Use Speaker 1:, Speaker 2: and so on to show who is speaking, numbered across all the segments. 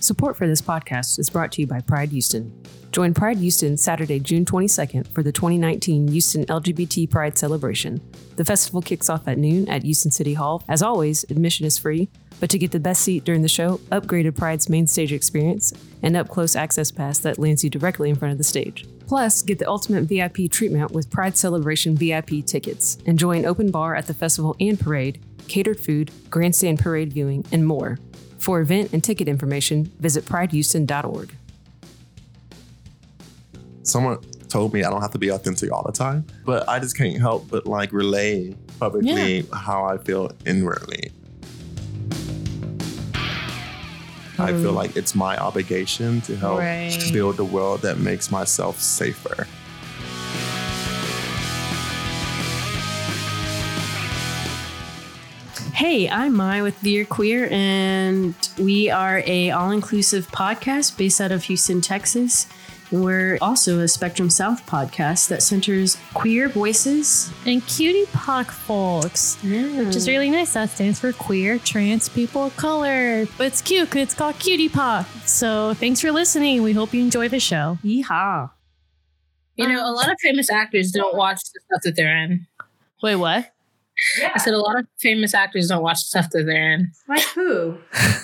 Speaker 1: Support for this podcast is brought to you by Pride Houston. Join Pride Houston Saturday, June 22nd for the 2019 Houston LGBT Pride Celebration. The festival kicks off at noon at Houston City Hall. As always, admission is free, but to get the best seat during the show, upgraded Pride's main stage experience, and up close access pass that lands you directly in front of the stage. Plus, get the ultimate VIP treatment with Pride Celebration VIP tickets. Enjoy an open bar at the festival and parade, catered food, grandstand parade viewing, and more. For event and ticket information, visit pridehouston.org.
Speaker 2: someone told me I don't have to be authentic all the time, but I just can't help but like relay publicly how I feel inwardly. I feel
Speaker 3: Um,
Speaker 1: Totally.
Speaker 2: like it's my obligation to help
Speaker 4: Right.
Speaker 2: build the world that makes myself safer.
Speaker 4: Hey, I'm Mai with Veer Queer, and we are a all-inclusive podcast based out of Houston, Texas. We're also a Spectrum South podcast that centers queer voices.
Speaker 3: and cutie pock folks, which is really nice. That stands for queer, trans people of color. But it's cute 'cause it's called cutie pock. So thanks for listening. We hope you enjoy the show.
Speaker 4: Yeehaw.
Speaker 5: You know, a lot of famous actors don't watch the stuff that they're in.
Speaker 3: Wait, what?
Speaker 5: I said a lot of famous actors don't watch the stuff that they're in.
Speaker 4: Like who?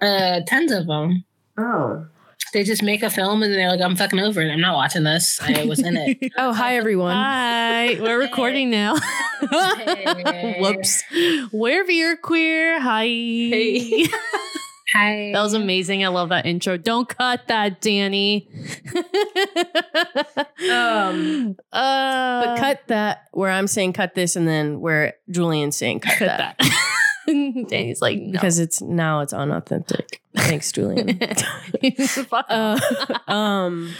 Speaker 5: Uh, tons of them.
Speaker 4: Oh.
Speaker 5: They just make a film and they're like, "I'm fucking over it. I'm not watching this. I was in it."
Speaker 6: Oh, hi everyone.
Speaker 3: Hi, we're recording now. Whoops. Wherever you're queer, hi.
Speaker 4: Hey.
Speaker 5: Hi.
Speaker 3: That was amazing. I love that intro. Don't cut that, Danny.
Speaker 4: Um,
Speaker 3: uh,
Speaker 6: But cut that where I'm saying cut this and then where Julian's saying cut,
Speaker 3: cut
Speaker 6: that.
Speaker 3: that. Danny's like, no.
Speaker 6: Because it's now it's unauthentic. Thanks, Julian.
Speaker 3: Fuck
Speaker 6: uh,
Speaker 3: off.
Speaker 6: um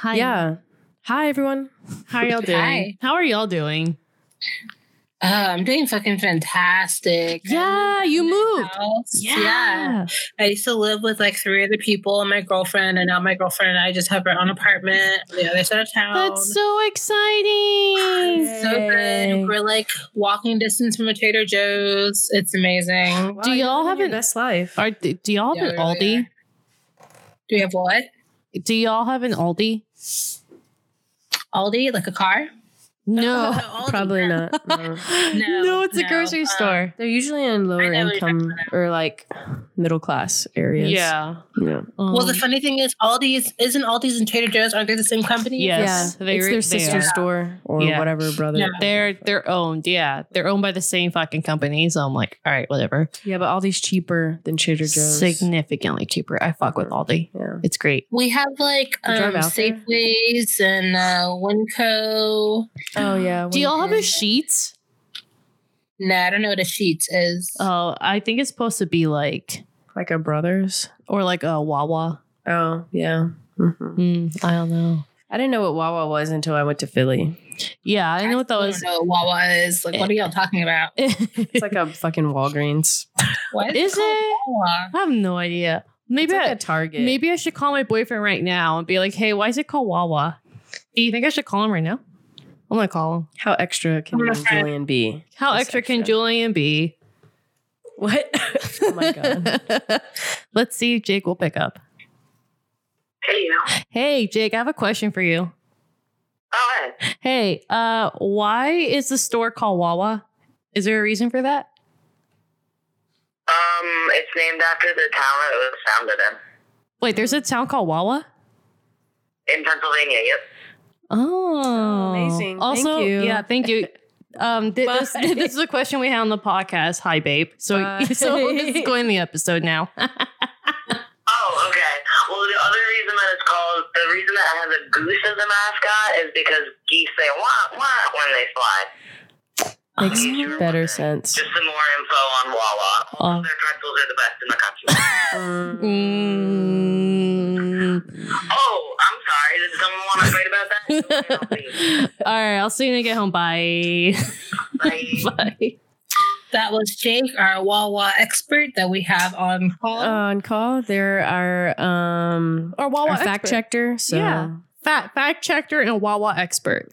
Speaker 3: Hi.
Speaker 6: yeah. Hi everyone.
Speaker 3: How are y'all doing?
Speaker 5: Hi.
Speaker 3: How are y'all doing?
Speaker 5: Uh, I'm doing fucking fantastic.
Speaker 3: Yeah, you moved.
Speaker 5: House. I used to live with like three other people and my girlfriend, and now my girlfriend and I just have our own apartment on the other side of town.
Speaker 3: That's so exciting.
Speaker 5: Um, so good. We're like walking distance from a Trader Joe's. It's amazing.
Speaker 3: Do y'all have
Speaker 4: your
Speaker 3: an
Speaker 4: best life?
Speaker 3: are, do y'all have
Speaker 5: Yeah,
Speaker 3: an
Speaker 5: we really
Speaker 3: Aldi?
Speaker 5: Do we have what?
Speaker 3: Do y'all have an Aldi?
Speaker 5: Aldi, like a car?
Speaker 3: No.
Speaker 5: Aldi,
Speaker 6: Probably
Speaker 5: Oh, no.
Speaker 6: not. no.
Speaker 5: No,
Speaker 3: no, it's a
Speaker 5: no,
Speaker 3: grocery
Speaker 5: um,
Speaker 3: store.
Speaker 6: They're usually in
Speaker 5: I
Speaker 6: lower
Speaker 5: know what you're talking
Speaker 6: income or like middle class areas.
Speaker 3: Yeah.
Speaker 6: Yeah.
Speaker 5: Well, the
Speaker 3: Um,
Speaker 5: funny thing is, Aldi's isn't Aldi's and Trader Joe's aren't they the same company?
Speaker 3: Yes,
Speaker 6: yeah.
Speaker 3: they
Speaker 6: it's
Speaker 3: re-
Speaker 6: their
Speaker 3: they
Speaker 6: sister
Speaker 3: are.
Speaker 6: store or
Speaker 3: Yeah.
Speaker 6: whatever brother.
Speaker 5: Yeah.
Speaker 6: Yeah.
Speaker 3: they're they're owned. Yeah, they're owned by the same fucking company. So I'm like, all right, whatever.
Speaker 6: but all these cheaper than Trader Joe's.
Speaker 3: Significantly cheaper. I fuck with Aldi.
Speaker 6: yeah.
Speaker 3: It's great.
Speaker 5: We have like
Speaker 6: You
Speaker 5: um,
Speaker 6: drive out there?
Speaker 5: Safeways and uh, Winco.
Speaker 6: Oh yeah.
Speaker 3: Do y'all have a sheets?
Speaker 5: No, I don't know what a sheets is.
Speaker 3: Oh, I think it's supposed to be like
Speaker 6: like a brothers?
Speaker 3: or like a Wawa.
Speaker 6: Oh yeah. Mhm.
Speaker 3: Mm, I don't know.
Speaker 6: I didn't know what Wawa was until I went to Philly.
Speaker 3: Yeah, I know what that
Speaker 5: I
Speaker 3: was.
Speaker 5: don't know what Wawa is. Like, what are y'all talking about?
Speaker 6: It's like a fucking Walgreens.
Speaker 5: What
Speaker 3: Is
Speaker 5: called
Speaker 3: it?
Speaker 5: Wawa?
Speaker 3: I have no idea. Maybe
Speaker 6: It's like
Speaker 3: I,
Speaker 6: a Target.
Speaker 3: maybe I should call my boyfriend right now and be like, "Hey, why is it called Wawa? Do you think I should call him right now? I'm gonna call him.
Speaker 6: how extra can
Speaker 5: I'm gonna try it.
Speaker 6: Julian be?
Speaker 3: How
Speaker 6: That's
Speaker 3: extra, can
Speaker 6: extra.
Speaker 3: Julian be?
Speaker 6: What? oh my god.
Speaker 3: Let's see if Jake will pick up.
Speaker 7: Hey, you.
Speaker 3: Hey, Jake, I have a question for you.
Speaker 7: Oh, hey.
Speaker 3: Hey, uh, why is the store called Wawa? Is there a reason for that?
Speaker 7: Um, it's named after the town that it was founded in.
Speaker 3: Wait, there's a town called Wawa.
Speaker 7: In Pennsylvania, yep.
Speaker 3: Oh,
Speaker 6: amazing. Thank
Speaker 3: Also,
Speaker 6: you.
Speaker 3: yeah, thank you. Um, thi- this,
Speaker 6: Bye.
Speaker 3: this is a question we had on the podcast. Hi, babe. So,
Speaker 6: Bye.
Speaker 3: so this is going in the episode now.
Speaker 7: Oh, okay. Well, the other reason that it's called, the reason that it has a goose as a mascot is because geese say wah, wah when they fly.
Speaker 6: Makes
Speaker 7: Oh.
Speaker 6: better sense.
Speaker 7: Just some more info on Wawa.
Speaker 3: Oh.
Speaker 7: Their pretzels are the best in the country.
Speaker 3: Mm.
Speaker 7: oh, I'm sorry. Did someone want to fight about that?
Speaker 3: All right, I'll see you when I get home. Bye.
Speaker 7: Bye.
Speaker 3: Bye.
Speaker 5: That was Jake, our Wawa expert that we have on call.
Speaker 3: Uh,
Speaker 6: On call, there are um
Speaker 3: Or Wawa
Speaker 6: our fact checker. So
Speaker 3: Oh, Yeah. Fact, fact checker and Wawa expert.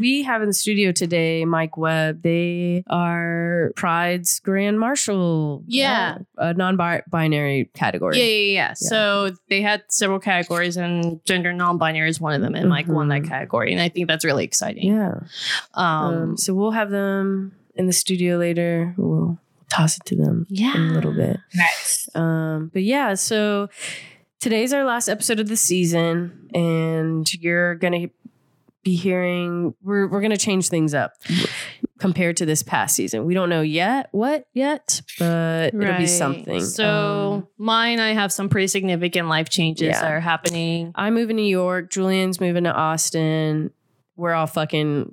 Speaker 6: we have in the studio today Mike Webb. They are Pride's Grand Marshal.
Speaker 3: Yeah.
Speaker 6: Uh, a non binary category.
Speaker 3: Yeah, yeah, yeah. So they had several categories, and gender non-binary is one of them, and Mike won that
Speaker 6: Mhm.
Speaker 3: category, and I think that's really exciting.
Speaker 6: Yeah. Um,
Speaker 3: Um,
Speaker 6: so we'll have them in the studio later. We'll toss it to them
Speaker 3: yeah,
Speaker 6: in a little bit.
Speaker 5: Nice.
Speaker 6: Um, but yeah, so today's our last episode of the season, and you're gonna be hearing we're we're gonna change things up compared to this past season. We don't know yet what yet, but it'll be
Speaker 3: Right.
Speaker 6: something.
Speaker 3: So
Speaker 6: Um,
Speaker 3: mine, I have some pretty significant life changes
Speaker 6: Yeah.
Speaker 3: that are happening.
Speaker 6: I'm moving to New York. Julian's moving to Austin. We're all fucking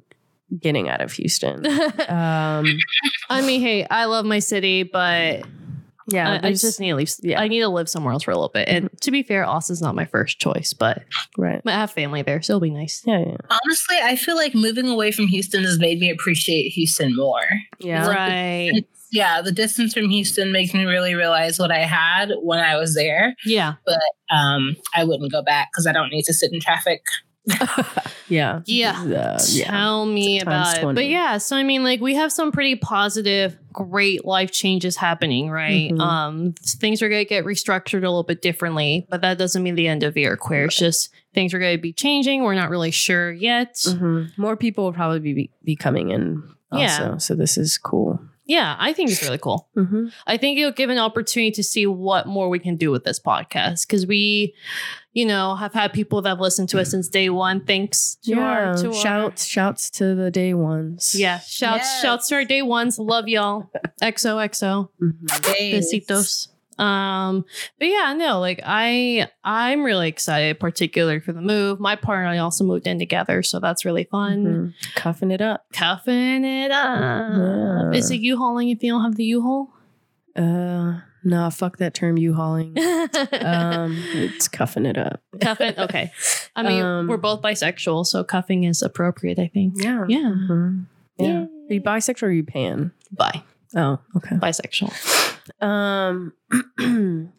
Speaker 6: getting out of Houston. Um,
Speaker 3: I mean, hey, I love my city, but
Speaker 6: yeah,
Speaker 3: I, I
Speaker 6: there's-
Speaker 3: just need to leave.
Speaker 6: yeah. Mm-hmm.
Speaker 3: I need to live somewhere else for a little bit. And to be fair, Austin's not my first choice, but
Speaker 6: right.
Speaker 3: I have family there, so it'll be nice.
Speaker 6: Yeah, yeah,
Speaker 5: Honestly, I feel like moving away from Houston has made me appreciate Houston more.
Speaker 6: yeah.
Speaker 3: Right.
Speaker 5: Yeah, the distance from Houston makes me really realize what I had when I was there.
Speaker 3: Yeah.
Speaker 5: Um, I wouldn't go back because I don't need to sit in traffic.
Speaker 6: Yeah.
Speaker 3: Yeah.
Speaker 6: Uh, yeah.
Speaker 3: Tell me
Speaker 6: Times
Speaker 3: about it.
Speaker 6: 20.
Speaker 3: But yeah, so I mean, like we have some pretty positive, great life changes happening, right?
Speaker 6: Mhm.
Speaker 3: Um, things are gonna get restructured a little bit differently, but that doesn't mean the end of year queer. It's just things are gonna be changing. We're not really sure yet.
Speaker 6: Mhm. More people will probably be, be coming in. Also,
Speaker 3: Mm-hmm. Yeah.
Speaker 6: So this is cool.
Speaker 3: Yeah, I think it's really cool.
Speaker 6: Mm-hmm.
Speaker 3: I think it'll give an opportunity to see what more we can do with this podcast because we, you know, have had people that have listened to us since day one. Thanks to our to our-
Speaker 6: shouts, shouts to the day ones.
Speaker 3: Yeah, shouts,
Speaker 5: Yes.
Speaker 3: shouts to our day ones. Love y'all. XOXO.
Speaker 6: Mhm.
Speaker 3: Besitos. Um, but yeah, no, like I, I'm really excited, particularly for the move. My partner and I also moved in together, so that's really fun.
Speaker 6: Mhm. Cuffing it up.
Speaker 3: Cuffing it up.
Speaker 6: Yeah.
Speaker 3: Is it you hauling if you don't have the U haul?
Speaker 6: Uh, no, fuck that term. You hauling. um,
Speaker 3: um,
Speaker 6: it's cuffing it up.
Speaker 3: cuffing. Okay. I mean,
Speaker 6: Um,
Speaker 3: we're both bisexual, so cuffing is appropriate, I think.
Speaker 6: Yeah.
Speaker 3: Yeah.
Speaker 6: Mhm. Yeah.
Speaker 3: Yay.
Speaker 6: Are you bisexual or are you pan?
Speaker 3: Bi.
Speaker 6: Oh, okay.
Speaker 3: Bisexual.
Speaker 6: Um,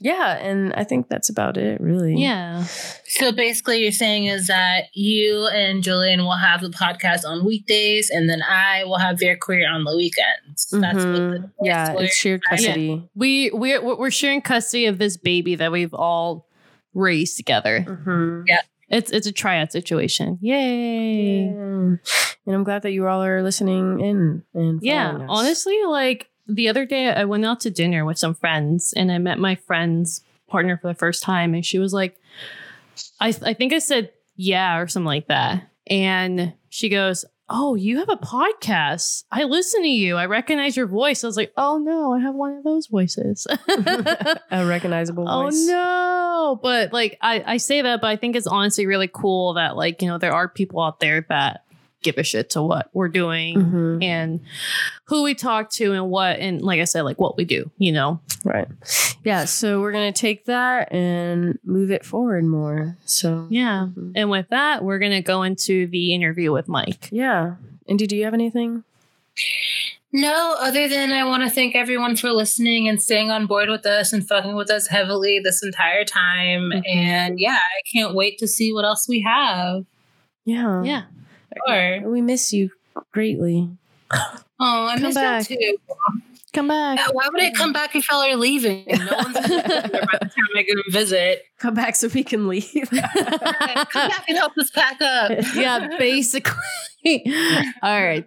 Speaker 6: yeah, and I think that's about it, really.
Speaker 3: Yeah.
Speaker 5: So basically, you're saying is that you and Julian will have the podcast on weekdays, and then I will have their queer on the weekends. That's what
Speaker 6: Mhm.
Speaker 5: the,
Speaker 6: yeah,
Speaker 5: that's what-
Speaker 6: it's shared
Speaker 5: Yeah.
Speaker 6: custody.
Speaker 3: We we're we're sharing custody of this baby that we've all raised together.
Speaker 6: Mm-hmm.
Speaker 3: It's it's a triad situation. Yay.
Speaker 6: And I'm glad that you all are listening in. And
Speaker 3: Yeah.
Speaker 6: following us.
Speaker 3: Honestly, like the other day I went out to dinner with some friends and I met my friend's partner for the first time and she was like I I think I said yeah or something like that. And she goes, "Oh, you have a podcast. I listen to you. I recognize your voice." I was like, "Oh no, I have one of those voices."
Speaker 6: a recognizable
Speaker 3: Oh
Speaker 6: voice.
Speaker 3: no! But like I, I say that, but I think it's honestly really cool that like you know there are people out there that give a shit to what we're doing
Speaker 6: Mhm.
Speaker 3: and who we talk to and what and like I said like what we do. You know,
Speaker 6: Right. Yeah. So we're gonna take that and move it forward more. So
Speaker 3: yeah.
Speaker 6: Mhm.
Speaker 3: And with that, we're gonna go into the interview with Mike.
Speaker 6: yeah. Indy, do you have anything?
Speaker 5: No, other than I want to thank everyone for listening and staying on board with us and fucking with us heavily this entire time.
Speaker 3: Mm-hmm.
Speaker 5: And yeah, I can't wait to see what else we have.
Speaker 6: Yeah.
Speaker 3: Yeah.
Speaker 5: Or,
Speaker 6: We miss you greatly.
Speaker 5: oh, I
Speaker 3: Come
Speaker 5: miss
Speaker 3: back.
Speaker 5: that too.
Speaker 3: Come back.
Speaker 5: Uh, Why would I come back if y'all are leaving? No one's gonna be there by the time I go and visit.
Speaker 6: Come back so we can leave.
Speaker 5: Come back and help us pack up.
Speaker 3: yeah, basically. All right.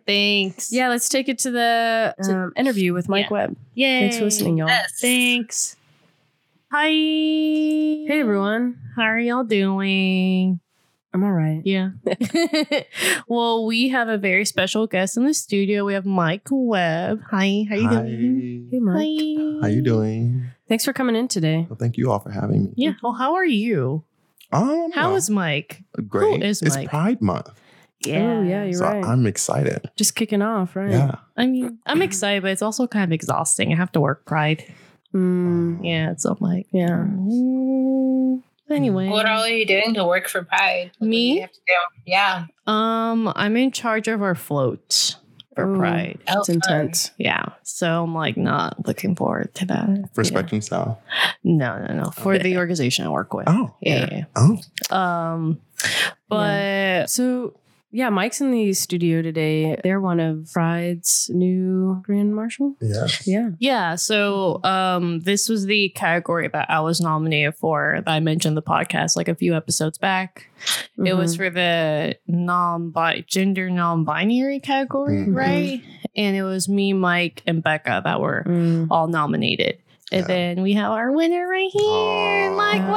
Speaker 3: Thanks.
Speaker 6: yeah, let's take it to the um, interview with Mike
Speaker 3: Yeah.
Speaker 6: Webb.
Speaker 3: Yay.
Speaker 6: Thanks for listening, y'all.
Speaker 5: Yes.
Speaker 3: Thanks. Hi. Hey
Speaker 6: Hey everyone.
Speaker 3: How are y'all doing?
Speaker 6: I'm all right.
Speaker 3: Yeah. well, we have a very special guest in the studio. We have Mike Webb. Hi, how you doing?
Speaker 6: Hey
Speaker 2: Hi.
Speaker 6: Mike.
Speaker 3: Hi.
Speaker 2: How you doing?
Speaker 6: Thanks for coming in today.
Speaker 2: Well, thank you all for having me.
Speaker 3: Yeah. Well, how are you?
Speaker 2: Um,
Speaker 3: How is Mike?
Speaker 2: great?
Speaker 3: who is
Speaker 2: it's
Speaker 3: Mike?
Speaker 2: Pride Month,
Speaker 6: Oh yeah, you're
Speaker 2: so
Speaker 6: right.
Speaker 2: I'm excited.
Speaker 6: Just kicking off, right?
Speaker 2: Yeah,
Speaker 3: I mean, I'm excited, but it's also kind of exhausting. I have to work pride.
Speaker 6: Mm,
Speaker 3: Yeah. So I'm like,
Speaker 6: yeah.
Speaker 3: mm. anyway.
Speaker 5: What all are you doing to work for Pride? What do
Speaker 3: Me?
Speaker 5: you have to do? Yeah.
Speaker 3: Um, I'm in charge of our float. for
Speaker 6: Ooh.
Speaker 3: Pride.
Speaker 6: It's intense.
Speaker 3: Yeah. So I'm like not looking forward to that.
Speaker 2: for
Speaker 3: Yeah.
Speaker 2: Spectrum South.
Speaker 3: No, no, no. For the organization I work with.
Speaker 2: Oh,
Speaker 3: Yeah. yeah,
Speaker 2: oh,
Speaker 3: yeah. Um, but
Speaker 6: So yeah, Mike's in the studio today. They're one of Pride's new grand marshal.
Speaker 2: yeah.
Speaker 6: Yeah.
Speaker 3: yeah, so um, this was the category that I was nominated for. That I mentioned the podcast like a few episodes back. It
Speaker 2: Mm-hmm.
Speaker 3: was for the non gender non-binary category,
Speaker 2: Mhm.
Speaker 3: right? And it was me, Mike, and Becca that were
Speaker 6: Mhm.
Speaker 3: all nominated. And
Speaker 2: Yeah.
Speaker 3: then we have our winner right here,
Speaker 2: Aw.
Speaker 3: Mike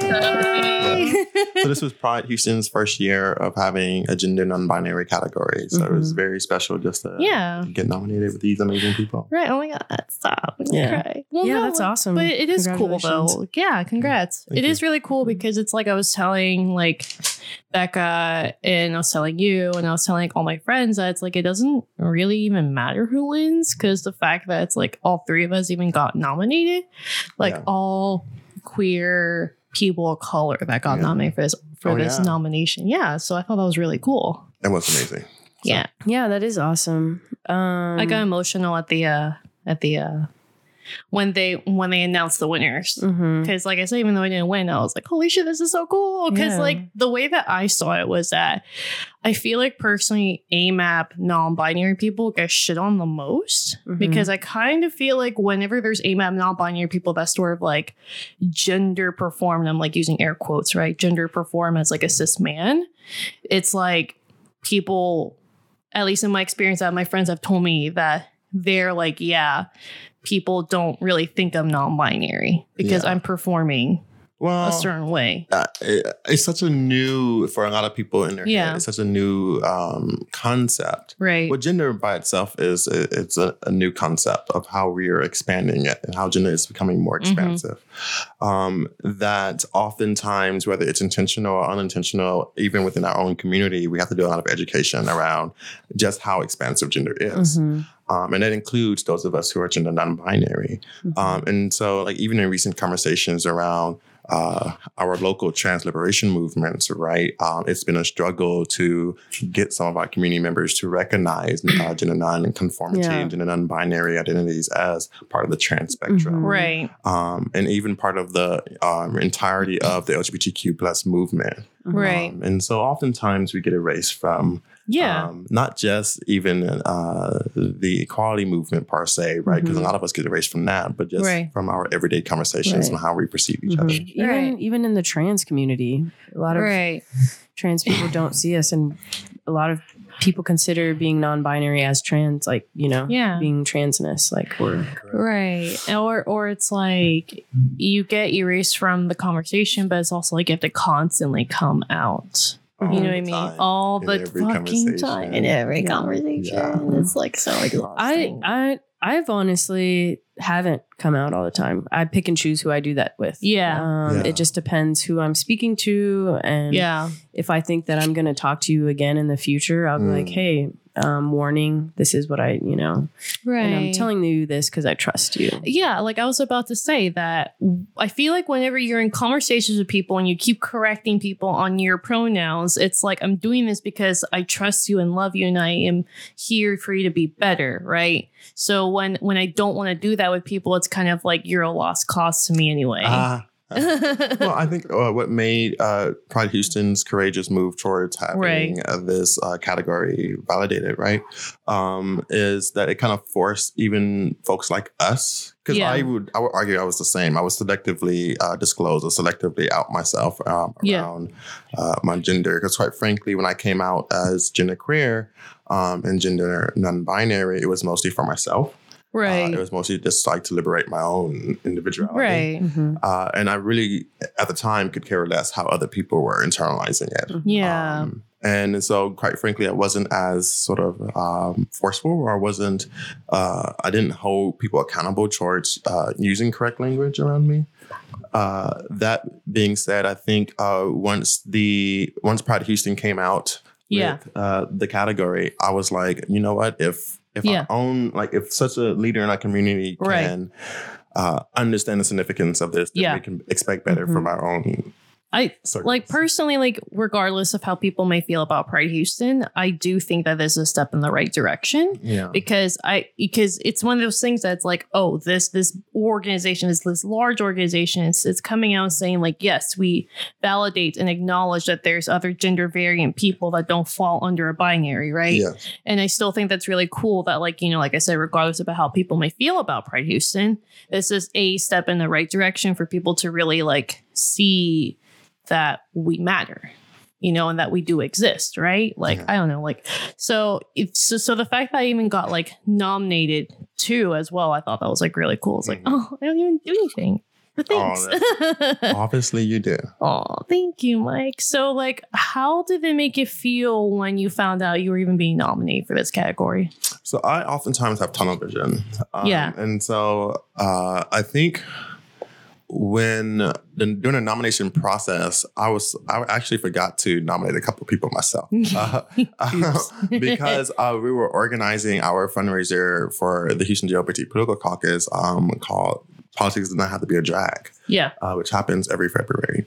Speaker 3: Webb. Yay!
Speaker 2: so this was Pride Houston's first year of having a gender non-binary category. So it was very special just to
Speaker 3: Mm-hmm. yeah.
Speaker 2: get nominated with these amazing people.
Speaker 3: Right. Oh my God. Stop. I'm gonna
Speaker 6: Yeah.
Speaker 3: cry. Well,
Speaker 6: yeah,
Speaker 3: no,
Speaker 6: that's awesome.
Speaker 3: But it is cool though.
Speaker 6: Congratulations.
Speaker 3: Yeah. Congrats. It is
Speaker 2: Um, Thank you.
Speaker 3: really cool because it's like I was telling like Becca and I was telling you and I was telling like, all my friends that it's like it doesn't really even matter who wins because the fact that it's like all three of us even got nominated, like
Speaker 2: Yeah.
Speaker 3: all queer people of color that got
Speaker 2: Yeah.
Speaker 3: nominated for this for
Speaker 2: Oh,
Speaker 3: this
Speaker 2: yeah.
Speaker 3: nomination. Yeah. So I thought that was really cool.
Speaker 2: It was amazing.
Speaker 3: yeah.
Speaker 6: Yeah, that is awesome. Um,
Speaker 3: I got emotional at the uh at the uh when they when they announced the winners.
Speaker 6: Mhm.
Speaker 3: Because, like I said, even though I didn't win, I was like, holy shit, this is so cool. Because,
Speaker 6: Yeah.
Speaker 3: like, the way that I saw it was that I feel like personally, AMAP non binary people get shit on the most
Speaker 6: Mhm.
Speaker 3: because I kind of feel like whenever there's AMAP non binary people that sort of like gender perform, and I'm like using air quotes, right? Gender perform as like a cis man, it's like people, at least in my experience, that my friends have told me that they're like, yeah. People don't really think I'm non-binary because
Speaker 2: Yeah.
Speaker 3: I'm performing a
Speaker 2: Well,
Speaker 3: certain way.
Speaker 2: uh, it- it's such a new for a lot of people in their
Speaker 3: Yeah.
Speaker 2: head. It's such a new um, concept.
Speaker 3: Right.
Speaker 2: Well, gender by itself is it's a, a new concept of how we are expanding it and how gender is becoming more
Speaker 3: Mhm.
Speaker 2: expansive. Um, that oftentimes, whether it's intentional or unintentional, even within our own community, we have to do a lot of education around just how expansive gender is,
Speaker 6: Mhm.
Speaker 2: um, and that includes those of us who are gender non-binary. Um, and so, like, even in recent conversations around uh, our local trans liberation movements, right? Um, it's been a struggle to get some of our community members to recognize uh, gender non-conformity
Speaker 6: Yeah.
Speaker 2: and gender non-binary identities as part of the trans spectrum
Speaker 6: Mhm.
Speaker 3: right.
Speaker 2: um, and even part of the um, entirety of the lgbtq plus movement
Speaker 6: Mm-hmm.
Speaker 3: Right.
Speaker 2: Um, and so oftentimes we get erased from
Speaker 3: Yeah.
Speaker 2: um, not just even uh, the equality movement per se, right? Because
Speaker 6: Mhm.
Speaker 2: a lot of us get erased from that, but just
Speaker 3: Mm-hmm. Right. Mm-hmm.
Speaker 2: from our everyday conversations
Speaker 6: Right.
Speaker 2: and how we perceive each
Speaker 6: Mhm.
Speaker 2: other.
Speaker 6: Even
Speaker 3: Right.
Speaker 6: even in the trans community, a lot of
Speaker 3: right.
Speaker 6: trans people don't see us, and a lot of people consider being non-binary as trans, like you know,
Speaker 3: Yeah.
Speaker 6: being transness, like we're
Speaker 3: Right. Or or it's like you get erased from the conversation, but it's also like you have to constantly come out.
Speaker 2: All
Speaker 3: you know
Speaker 2: the
Speaker 3: what I mean?
Speaker 2: time.
Speaker 3: All
Speaker 2: in
Speaker 3: the
Speaker 2: every
Speaker 3: fucking
Speaker 2: conversation.
Speaker 3: time in every
Speaker 6: Yeah.
Speaker 3: conversation.
Speaker 2: Yeah.
Speaker 3: It's like so
Speaker 6: I
Speaker 3: exhausting.
Speaker 6: I I've honestly haven't come out all the time. I pick and choose who I do that with.
Speaker 3: Yeah.
Speaker 6: Um,
Speaker 2: Yeah.
Speaker 6: It just depends who I'm speaking to, and
Speaker 3: yeah.
Speaker 6: if I think that I'm going to talk to you again in the future, I'll be
Speaker 2: Mm.
Speaker 6: like, "Hey, um, warning, this is what I, you know,
Speaker 3: Right.
Speaker 6: and I'm telling you this because I trust you."
Speaker 3: yeah, like I was about to say that I feel like whenever you're in conversations with people and you keep correcting people on your pronouns, it's like I'm doing this because I trust you and love you and I am here for you to be better, right? So when when I don't want to do that with people, it's kind of like you're a lost cause to me anyway.
Speaker 2: Ah. well, I think uh, what made uh, Pride Houston's courageous move towards having
Speaker 3: Right.
Speaker 2: uh, this uh, category validated, right, um, is that it kind of forced even folks like us. Because
Speaker 3: Yeah.
Speaker 2: I would, I would argue I was the same. I was selectively uh, disclose or selectively out myself um,
Speaker 3: Yeah.
Speaker 2: around uh, my gender. Because quite frankly, when I came out as gender queer um, and gender non-binary, it was mostly for myself. Uh,
Speaker 3: right.
Speaker 2: it was mostly just like to liberate my own individuality.
Speaker 3: right.
Speaker 6: Mhm.
Speaker 2: Uh, and I really, at the time, could care less how other people were internalizing it.
Speaker 3: Mm, Yeah.
Speaker 2: Um, and so, quite frankly, I wasn't as sort of um, forceful, or I wasn't, uh, I didn't hold people accountable towards uh, using correct language around me. Uh, that being said, I think uh, once the once Pride Houston came out
Speaker 3: yeah.
Speaker 2: with uh, the category, I was like, you know what? If if
Speaker 3: Yeah.
Speaker 2: our own like if such a leader in our community
Speaker 3: Right.
Speaker 2: can uh, understand the significance of this, then
Speaker 3: Yeah.
Speaker 2: we can expect better from our own
Speaker 3: I
Speaker 2: Sorry.
Speaker 3: like personally, like regardless of how people may feel about Pride Houston, I do think that this is a step in the right direction
Speaker 2: yeah.
Speaker 3: because I because it's one of those things that's like, oh, this this organization is this large organization. It's, it's coming out and saying like, yes, we validate and acknowledge that there's other gender variant people that don't fall under a binary, right?
Speaker 2: Yeah.
Speaker 3: And I still think that's really cool that, like, you know, like I said, regardless about how people may feel about Pride Houston, this is a step in the right direction for people to really like see that we matter, you know, and that we do exist, right? Like,
Speaker 2: Yeah.
Speaker 3: I don't know, like, so it's so, so the fact that I even got like nominated too as well, I thought that was like really cool. It's like,
Speaker 2: Mhm.
Speaker 3: oh, I don't even do anything. But
Speaker 2: Oh,
Speaker 3: thanks.
Speaker 2: Obviously, you do.
Speaker 3: Oh, thank you, Mike. So, like, how did it make you feel when you found out you were even being nominated for this category?
Speaker 2: So I oftentimes have tunnel vision. Um,
Speaker 3: Yeah.
Speaker 2: And so uh, I think when the, during the nomination process, I was I actually forgot to nominate a couple people myself uh,
Speaker 3: Oops.
Speaker 2: because uh, we were organizing our fundraiser for the Houston GLBT Political Caucus um, called "Politics Does Not Have to Be a Drag."
Speaker 3: Yeah.
Speaker 2: uh, which happens every February.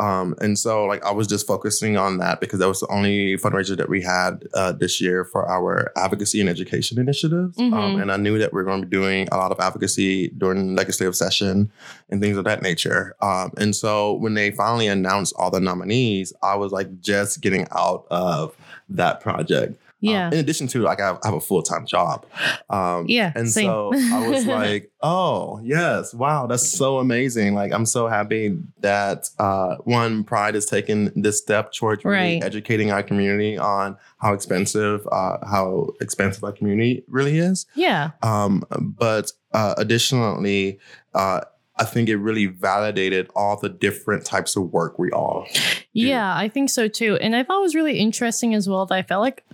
Speaker 2: Um, and so, like, I was just focusing on that because that was the only fundraiser that we had uh, this year for our advocacy and education initiatives. Um,
Speaker 3: Mhm.
Speaker 2: and I knew that we are going to be doing a lot of advocacy during legislative session and things of that nature. Um, and so, when they finally announced all the nominees, I was like just getting out of that project. Um,
Speaker 3: Yeah.
Speaker 2: in addition to like I have, I have a full time job. Um,
Speaker 3: Yeah,
Speaker 2: And
Speaker 3: same.
Speaker 2: so I was like, oh yes, wow, that's so amazing. Like I'm so happy that uh, one Pride is taking this step towards really
Speaker 3: Right.
Speaker 2: educating our community on how expensive uh, how expensive our community really is.
Speaker 3: yeah.
Speaker 2: Um, but uh, additionally. Uh, I think it really validated all the different types of work we all.
Speaker 3: Yeah. I think so too. And I thought it was really interesting as well that I felt like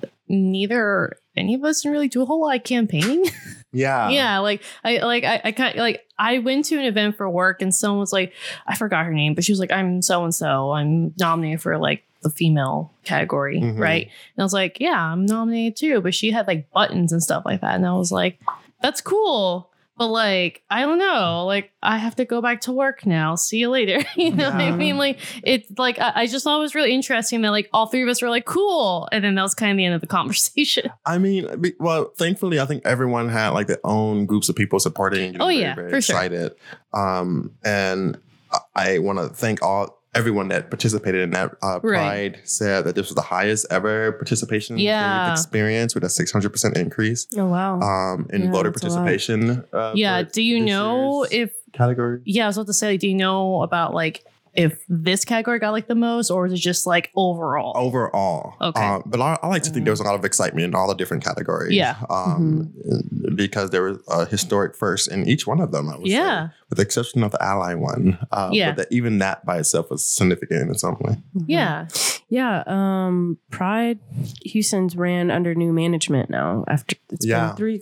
Speaker 3: neither any of us didn't really do a whole lot of campaigning.
Speaker 2: Yeah.
Speaker 3: yeah like i like i, I kind like i went to an event for work and someone was like i forgot her name but she was like i'm so and so i'm nominated for like the female category
Speaker 2: Mhm.
Speaker 3: right and i was like yeah i'm nominated too but she had like buttons and stuff like that and i was like that's cool but like i don't know like i have to go back to work now see you later you know what i
Speaker 2: Yeah.
Speaker 3: mean like it's like I, I just thought it was really interesting that like all three of us were like cool and then that was kind of the end of the conversation
Speaker 2: I mean, be- well, thankfully, I think everyone had like their own groups of people supporting. and
Speaker 3: Oh,
Speaker 2: very,
Speaker 3: yeah,
Speaker 2: very
Speaker 3: for sure.
Speaker 2: excited. Um, and I, I want to thank all everyone that participated in that. Uh,
Speaker 3: Right.
Speaker 2: Pride said that this was the highest ever participation they've
Speaker 3: Yeah.
Speaker 2: experience with a six hundred percent increase
Speaker 6: Oh wow.
Speaker 2: um, in
Speaker 6: Yeah,
Speaker 2: voter
Speaker 6: that's a lot.
Speaker 2: participation. Uh,
Speaker 3: yeah
Speaker 2: for
Speaker 3: do you
Speaker 2: this
Speaker 3: know
Speaker 2: year's
Speaker 3: if
Speaker 2: category?
Speaker 3: Yeah, I was about to say, do you know about like if this category got like the most, or is it just like overall?
Speaker 2: Oh, overall.
Speaker 3: Okay. Mm.
Speaker 2: Um, but I, I like to think there was a lot of excitement in all the different categories.
Speaker 3: Yeah. Mm-hmm.
Speaker 2: Um, Because there was a historic first in each one of them. I would say,
Speaker 3: Yeah.
Speaker 2: with the exception of the ally one. Uh,
Speaker 3: Yeah.
Speaker 2: But that, even that by itself was significant in its own way.
Speaker 3: Yeah.
Speaker 6: Yeah. Um, Pride Houston's ran under new management now. After it's
Speaker 2: Yeah.
Speaker 6: been three.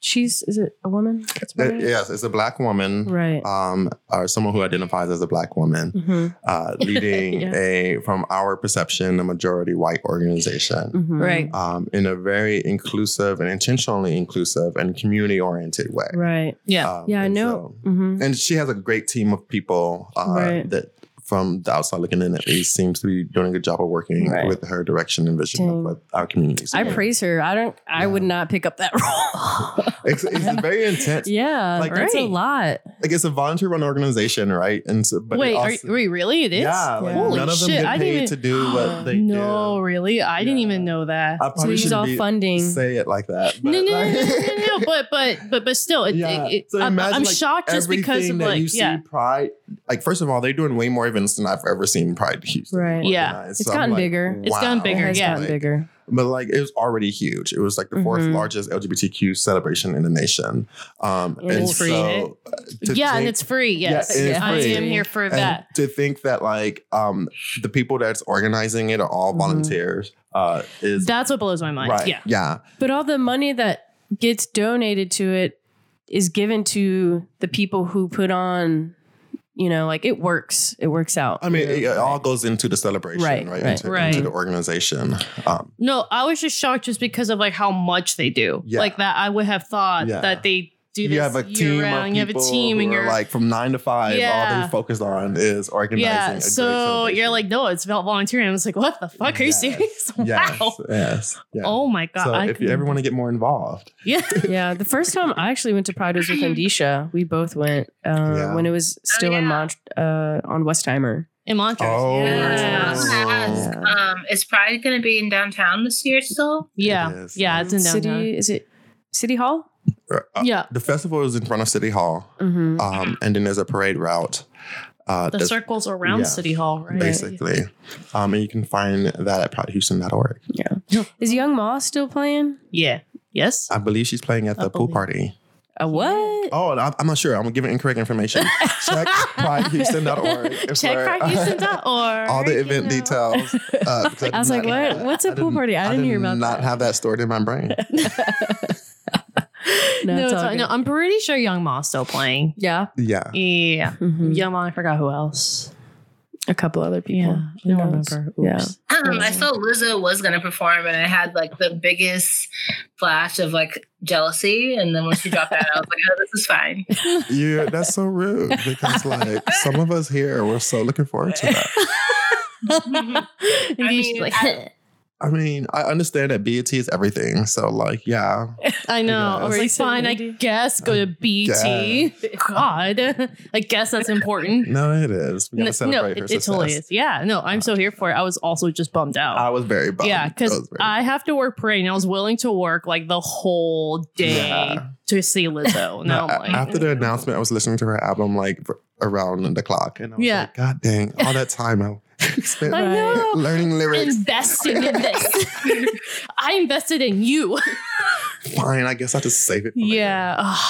Speaker 6: She's is it a woman? That's
Speaker 2: Uh,
Speaker 6: running it?
Speaker 2: yes, it's a black woman.
Speaker 6: Right.
Speaker 2: Um, or someone who identifies as a black woman,
Speaker 6: hmm
Speaker 3: Mm-hmm.
Speaker 2: uh, leading
Speaker 6: Yeah.
Speaker 2: a, from our perception, a majority white organization.
Speaker 6: Mm-hmm.
Speaker 3: Right.
Speaker 2: Um, in a very inclusive and intentionally inclusive and community oriented way.
Speaker 6: Right.
Speaker 3: Yeah.
Speaker 2: Um,
Speaker 6: Yeah. I
Speaker 2: and
Speaker 6: know.
Speaker 2: so-
Speaker 6: hmm
Speaker 2: and she has a great team of people uh,
Speaker 6: Right.
Speaker 2: that from the outside looking in at least seems to be doing a good job of working
Speaker 6: Right.
Speaker 2: with her direction and vision
Speaker 6: Dang.
Speaker 2: of what our communities
Speaker 6: I
Speaker 2: need.
Speaker 6: praise her. I don't. I would
Speaker 2: Yeah.
Speaker 6: not pick up that role.
Speaker 2: it's, it's very intense
Speaker 6: yeah,
Speaker 2: Like,
Speaker 6: that's a
Speaker 3: Right.
Speaker 6: lot.
Speaker 2: like it's a volunteer run organization right and so but it
Speaker 3: Wait, are,
Speaker 2: also-
Speaker 3: wait, really? It is.
Speaker 2: yeah, like,
Speaker 6: Holy
Speaker 2: none of them
Speaker 3: shit,
Speaker 2: get
Speaker 3: I
Speaker 2: paid
Speaker 3: didn't
Speaker 2: to do what they
Speaker 3: no, really? I didn't
Speaker 2: Yeah.
Speaker 3: even know that.
Speaker 2: do I
Speaker 6: So
Speaker 2: probably
Speaker 6: use
Speaker 2: shouldn't
Speaker 6: all
Speaker 2: be-
Speaker 6: funding.
Speaker 2: say it like that
Speaker 3: no,
Speaker 2: but
Speaker 3: no, no,
Speaker 2: like-
Speaker 3: no, no, no, no, but but but but still, it,
Speaker 2: Yeah.
Speaker 3: it, it-
Speaker 2: So
Speaker 3: I'm,
Speaker 2: imagine,
Speaker 3: I'm
Speaker 2: like,
Speaker 3: shocked just because
Speaker 2: Everything
Speaker 3: of
Speaker 2: that
Speaker 3: like,
Speaker 2: you
Speaker 3: yeah,
Speaker 2: see pride like first of all they're doing way more events than i've ever seen pride Houston
Speaker 6: Right.
Speaker 3: Yeah.
Speaker 2: organize.
Speaker 6: It's
Speaker 2: I'm
Speaker 6: gotten
Speaker 2: like,
Speaker 6: bigger.
Speaker 3: It's gotten
Speaker 2: wow.
Speaker 6: It
Speaker 3: bigger,
Speaker 6: has
Speaker 3: yeah.
Speaker 6: gotten
Speaker 2: Like,
Speaker 6: bigger.
Speaker 2: but like it was already huge. It was like the 4th
Speaker 3: Mm-hmm.
Speaker 6: Mhm.
Speaker 2: largest LGBTQ celebration in the nation. Um,
Speaker 6: And
Speaker 2: and
Speaker 6: it's
Speaker 3: free.
Speaker 2: so, uh, to
Speaker 3: yeah, and
Speaker 2: think-
Speaker 3: it's free.
Speaker 2: Yeah,
Speaker 3: Yes,
Speaker 2: and it's
Speaker 3: I
Speaker 2: free.
Speaker 3: am here for
Speaker 2: and
Speaker 3: that.
Speaker 2: to think that like um, the people that's organizing it are all
Speaker 6: Mhm.
Speaker 2: volunteers uh, is
Speaker 3: That's what blows my mind.
Speaker 2: right.
Speaker 3: Mm-hmm. Yeah,
Speaker 2: yeah,
Speaker 6: But all the money that gets donated to it is given to the people who put on, you know, like it works. It works out.
Speaker 2: I mean, it, it all goes into the celebration,
Speaker 6: Right,
Speaker 2: right?
Speaker 6: right,
Speaker 2: Into,
Speaker 3: right.
Speaker 2: into the organization. Um,
Speaker 3: No, I was just shocked just because of like how much they do.
Speaker 2: Yeah.
Speaker 3: Like that, I would have thought
Speaker 2: Yeah.
Speaker 3: that they do this
Speaker 2: you have a team
Speaker 3: year
Speaker 2: of
Speaker 3: round.
Speaker 2: people
Speaker 3: You have a team,
Speaker 2: who
Speaker 3: and
Speaker 2: are,
Speaker 3: you're
Speaker 2: like from nine to five. All
Speaker 3: Yeah.
Speaker 2: they're focused on is organizing. a
Speaker 3: yeah.
Speaker 2: great
Speaker 3: So
Speaker 2: celebration.
Speaker 3: you're like, no, it's about volunteering. I was like, what the fuck? Are you
Speaker 2: Yes.
Speaker 3: serious?
Speaker 2: yes,
Speaker 3: Wow.
Speaker 2: yes, yeah.
Speaker 3: Oh my god.
Speaker 2: so
Speaker 3: I
Speaker 2: if you
Speaker 3: couldn't-
Speaker 2: ever want to get more involved,
Speaker 3: yeah.
Speaker 6: yeah, the first time I actually went to Pride was with Andisha. We both went uh,
Speaker 2: Yeah.
Speaker 6: when it
Speaker 3: Oh,
Speaker 6: was still in
Speaker 5: yeah.
Speaker 6: Mont- uh, on Westheimer.
Speaker 3: In Montrose.
Speaker 2: Oh.
Speaker 5: Yeah. I was gonna
Speaker 2: Yeah.
Speaker 5: ask, Um, is Pride going to be in downtown this year still?
Speaker 3: Yeah.
Speaker 2: It is.
Speaker 3: yeah. It's in downtown.
Speaker 6: City is it City Hall?
Speaker 2: uh, uh,
Speaker 3: yeah.
Speaker 2: the festival is in front of City Hall,
Speaker 6: Mm-hmm.
Speaker 2: um, and then there's a parade route. Uh,
Speaker 3: The
Speaker 2: that's
Speaker 3: circles around
Speaker 2: yeah.
Speaker 3: City Hall, right?
Speaker 2: basically, um, and you can find that at proudhouston.org.
Speaker 6: Is Young Ma still playing?
Speaker 3: Yeah. Yes.
Speaker 2: I believe she's playing at
Speaker 3: I
Speaker 2: the pool
Speaker 3: believe.
Speaker 2: party.
Speaker 6: A Uh, what?
Speaker 2: Oh, and I'm I'm not sure. I'm giving incorrect information. Check pridehouston.org. if
Speaker 3: Check
Speaker 2: we're-
Speaker 3: pridehouston.org.
Speaker 2: All the event
Speaker 3: you know.
Speaker 2: details. Uh, 'cause
Speaker 6: I was
Speaker 2: did
Speaker 6: like,
Speaker 2: not-
Speaker 6: what? What's a
Speaker 2: I
Speaker 6: pool
Speaker 2: didn't-
Speaker 6: party? I didn't
Speaker 2: did
Speaker 6: hear about
Speaker 2: Not
Speaker 6: that.
Speaker 2: have that stored in my brain.
Speaker 3: No,
Speaker 6: it's
Speaker 3: it's
Speaker 6: all
Speaker 3: all-
Speaker 6: good.
Speaker 3: no, I'm pretty sure Young Ma's still playing.
Speaker 6: Yeah,
Speaker 2: Yeah.
Speaker 3: Yeah.
Speaker 6: Mhm.
Speaker 3: Young Ma, I forgot who else.
Speaker 6: a couple other people.
Speaker 3: Yeah. I
Speaker 6: Who
Speaker 3: don't
Speaker 6: knows?
Speaker 3: remember.
Speaker 6: Yeah.
Speaker 3: Oops.
Speaker 5: Um,
Speaker 3: Mm-hmm.
Speaker 5: I thought Lizzo was going to perform, and I had like the biggest flash of like jealousy. And then when she dropped that, I was like, oh, this is fine.
Speaker 2: yeah. That's so rude because, like, some of us here were so looking forward to that.
Speaker 5: Mhm.
Speaker 3: And
Speaker 5: I
Speaker 3: you
Speaker 5: mean,
Speaker 3: should, like, I,
Speaker 5: I-
Speaker 2: I mean, I understand that BT is everything. So, like, yeah.
Speaker 3: know.
Speaker 2: Yeah.
Speaker 3: I
Speaker 2: Or
Speaker 3: was like,
Speaker 6: you said
Speaker 3: fine, I
Speaker 6: maybe.
Speaker 3: guess go to BT. God, I guess that's important.
Speaker 2: No, it is. We
Speaker 3: No,
Speaker 2: gotta celebrate her
Speaker 3: it, it
Speaker 2: success.
Speaker 3: totally is. Yeah, no, I'm so here for it. I was also just bummed out.
Speaker 2: I was very bummed.
Speaker 3: yeah,
Speaker 2: I
Speaker 3: because
Speaker 2: was very-
Speaker 3: I have to work parade, and I was willing to work like the whole day
Speaker 2: Yeah.
Speaker 3: to see
Speaker 2: No,
Speaker 3: Lizzo. Now I'm
Speaker 2: a-
Speaker 3: like,
Speaker 2: after the announcement, I was listening to her album like for- around the clock, and I was
Speaker 3: Yeah.
Speaker 2: like, "God dang, all that time I spent
Speaker 3: I know.
Speaker 2: learning lyrics.
Speaker 3: investing in this. I invested in
Speaker 2: Oh
Speaker 3: you.
Speaker 2: Fine, I guess I'll just save it." for later.
Speaker 3: Yeah.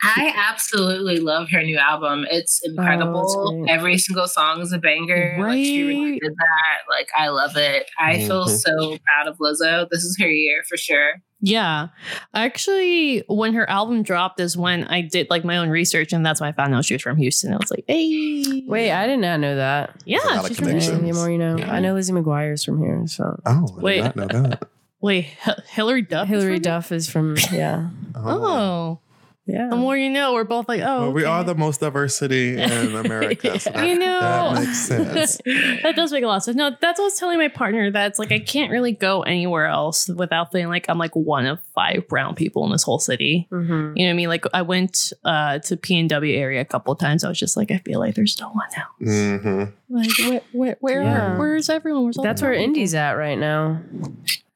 Speaker 5: I absolutely love her new album. It's incredible.
Speaker 6: great.
Speaker 5: Every single song is a banger. Like she really
Speaker 3: Oh, Right. Mm-hmm.
Speaker 5: did that. Like I love it. I feel
Speaker 2: Mhm.
Speaker 5: so proud of Lizzo. This is her year for sure.
Speaker 3: yeah. Actually, when her album dropped is when I did like my own research and that's when I found out she was from Houston. I was like, hey.
Speaker 6: Wait, I did not know that.
Speaker 2: There's a
Speaker 3: Yeah.
Speaker 2: lot of
Speaker 3: She's from
Speaker 2: Makes
Speaker 6: Yeah,
Speaker 3: Houston.
Speaker 2: connections.
Speaker 6: the
Speaker 2: sense.
Speaker 6: more you know. I know Lizzie McGuire's from here, so
Speaker 2: Oh, I
Speaker 3: Wait.
Speaker 2: Wait, did not know that.
Speaker 3: Wait, H- Hillary Duff? is
Speaker 6: Hillary
Speaker 3: from-
Speaker 6: Duff is from yeah,
Speaker 3: Oh.
Speaker 6: yeah.
Speaker 3: The more you know, we're both like, oh.
Speaker 2: Well, we are
Speaker 3: okay.
Speaker 2: the most diversity in America. so that,
Speaker 3: I know.
Speaker 2: that makes sense.
Speaker 3: that does make a lot of sense. No, that's what I was telling my partner. That's like I can't really go anywhere else without feeling like I'm like one of five brown people in this whole city.
Speaker 6: Mhm.
Speaker 3: You know what I mean? Like I went uh, to P and W area a couple of times. I was just like, I feel like there's no one else.
Speaker 2: hmm
Speaker 3: Like where where where,
Speaker 6: Yeah.
Speaker 3: are, where is everyone? Where's all
Speaker 6: That's
Speaker 3: the
Speaker 6: where
Speaker 3: brown people?
Speaker 6: Indy's at right now.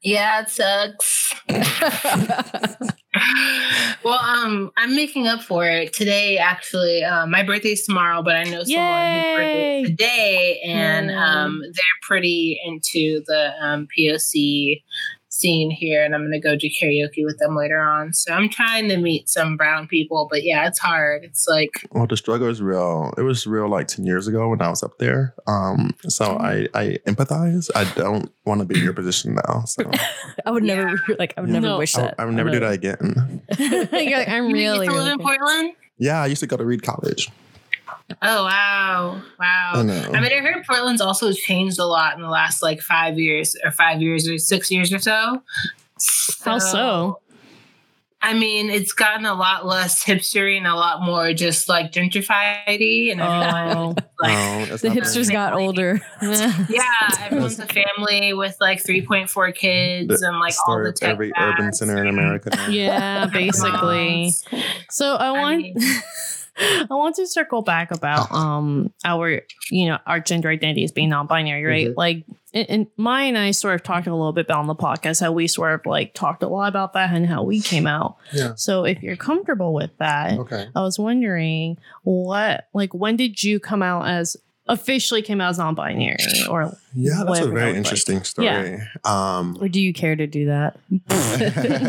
Speaker 5: Yeah, it sucks. well, um, I'm making up for it today. Actually, uh, my birthday's tomorrow, but I know someone whose birthday
Speaker 3: Yay.
Speaker 5: is today, and um, they're pretty into the um, POC scene here, and I'm gonna go do karaoke with them later on. So I'm trying to meet some brown people, but yeah, it's hard. It's like
Speaker 2: Well, the struggle is real. It was real like 10 years ago when I was up there. Um, so
Speaker 3: Mm-hmm.
Speaker 2: I, I empathize. I don't want to be in your position now. So
Speaker 6: I would never like. I would never
Speaker 3: No.
Speaker 6: wish
Speaker 2: I,
Speaker 6: that.
Speaker 2: I would never do
Speaker 3: Uh-huh.
Speaker 2: that again.
Speaker 3: You're like, I'm
Speaker 5: You
Speaker 3: really.
Speaker 5: used to live
Speaker 3: really-
Speaker 5: in Portland.
Speaker 2: Yeah, I used to go to Reed College.
Speaker 5: Oh wow, wow.
Speaker 2: I know.
Speaker 5: I mean, I heard Portland's also changed a lot in the last like five years or five years or six years or so.
Speaker 3: How so?
Speaker 5: I mean, it's gotten a lot less hipstery and a lot more just like gentrified. And everyone's
Speaker 3: Oh.
Speaker 5: like,
Speaker 2: No, it's
Speaker 6: The
Speaker 2: not
Speaker 6: hipsters
Speaker 2: bad.
Speaker 6: got older.
Speaker 5: yeah, everyone's a family with like 3.4 kids
Speaker 2: The
Speaker 5: and like all
Speaker 2: story
Speaker 5: the
Speaker 2: of
Speaker 5: tech
Speaker 2: every urban
Speaker 5: fads.
Speaker 2: center in America.
Speaker 3: yeah, basically. So I
Speaker 5: I
Speaker 3: want
Speaker 5: mean-
Speaker 3: I want to circle back about
Speaker 2: Uh-uh.
Speaker 3: um our you know our gender identities being non-binary, right?
Speaker 2: Mhm.
Speaker 3: Like and, and Maya and I sort of talked a little bit about on the podcast how we sort of like talked a lot about that and how we came out.
Speaker 2: Yeah.
Speaker 3: So if you're comfortable with that,
Speaker 2: Okay.
Speaker 3: I was wondering what like when did you come out as officially came out as non-binary or
Speaker 2: Yeah, that's
Speaker 3: Whatever
Speaker 2: a
Speaker 3: that
Speaker 2: very
Speaker 3: looks like.
Speaker 2: interesting story. Um,
Speaker 6: Or do you care to do that?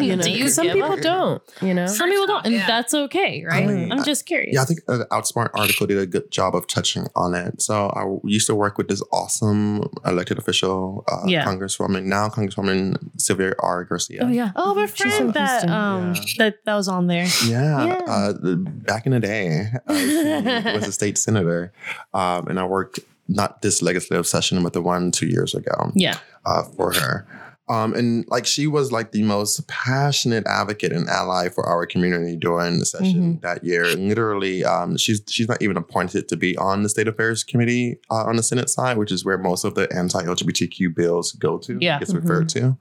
Speaker 6: You know,
Speaker 3: Do you
Speaker 6: 'cause some
Speaker 3: give
Speaker 6: people
Speaker 3: up?
Speaker 6: don't. You know,
Speaker 3: some people don't and
Speaker 5: Yeah.
Speaker 3: that's okay, right? I
Speaker 2: mean,
Speaker 3: am
Speaker 2: I-
Speaker 3: just curious.
Speaker 2: Yeah, I think uh, the Outsmart article did a good job of touching on it. So I w- used to work with this awesome elected official, uh,
Speaker 3: Yeah.
Speaker 2: Congresswoman, now Congresswoman Sylvia R. Garcia.
Speaker 6: Oh yeah.
Speaker 3: Oh, my
Speaker 6: She's
Speaker 3: friend
Speaker 6: so
Speaker 3: that
Speaker 6: interesting.
Speaker 3: um
Speaker 2: Yeah.
Speaker 3: that that was on there.
Speaker 2: Yeah,
Speaker 3: Yeah.
Speaker 2: Uh, the, back in the day, uh, she was a state senator, um, and I worked not this legislative session, but the one two years ago
Speaker 3: Yeah.
Speaker 2: uh, for her. Um, and like she was like the most passionate advocate and ally for our community during the session that year. And literally, um, she's she's not even appointed to be on the state affairs committee uh, on the Senate side, which is where most of the anti-LGBTQ bills go to.
Speaker 3: Yeah.
Speaker 2: gets referred to.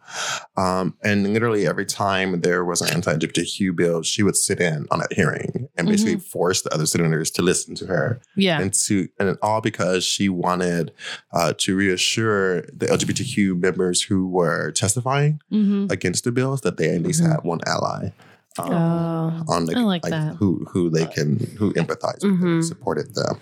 Speaker 2: Um, and literally every time there was an anti-LGBTQ bill, she would sit in on that hearing and basically force the other senators to listen to her
Speaker 3: Yeah.
Speaker 2: and to and all because she wanted uh, to reassure the LGBTQ members who were testifying
Speaker 3: Mm-hmm.
Speaker 2: against the bills that they at least
Speaker 3: Mhm.
Speaker 2: had one ally um,
Speaker 6: Oh.
Speaker 2: on the,
Speaker 3: I like that. Uh, mm-hmm.
Speaker 2: who who they can who empathized with them, who
Speaker 6: Mhm.
Speaker 2: supported them,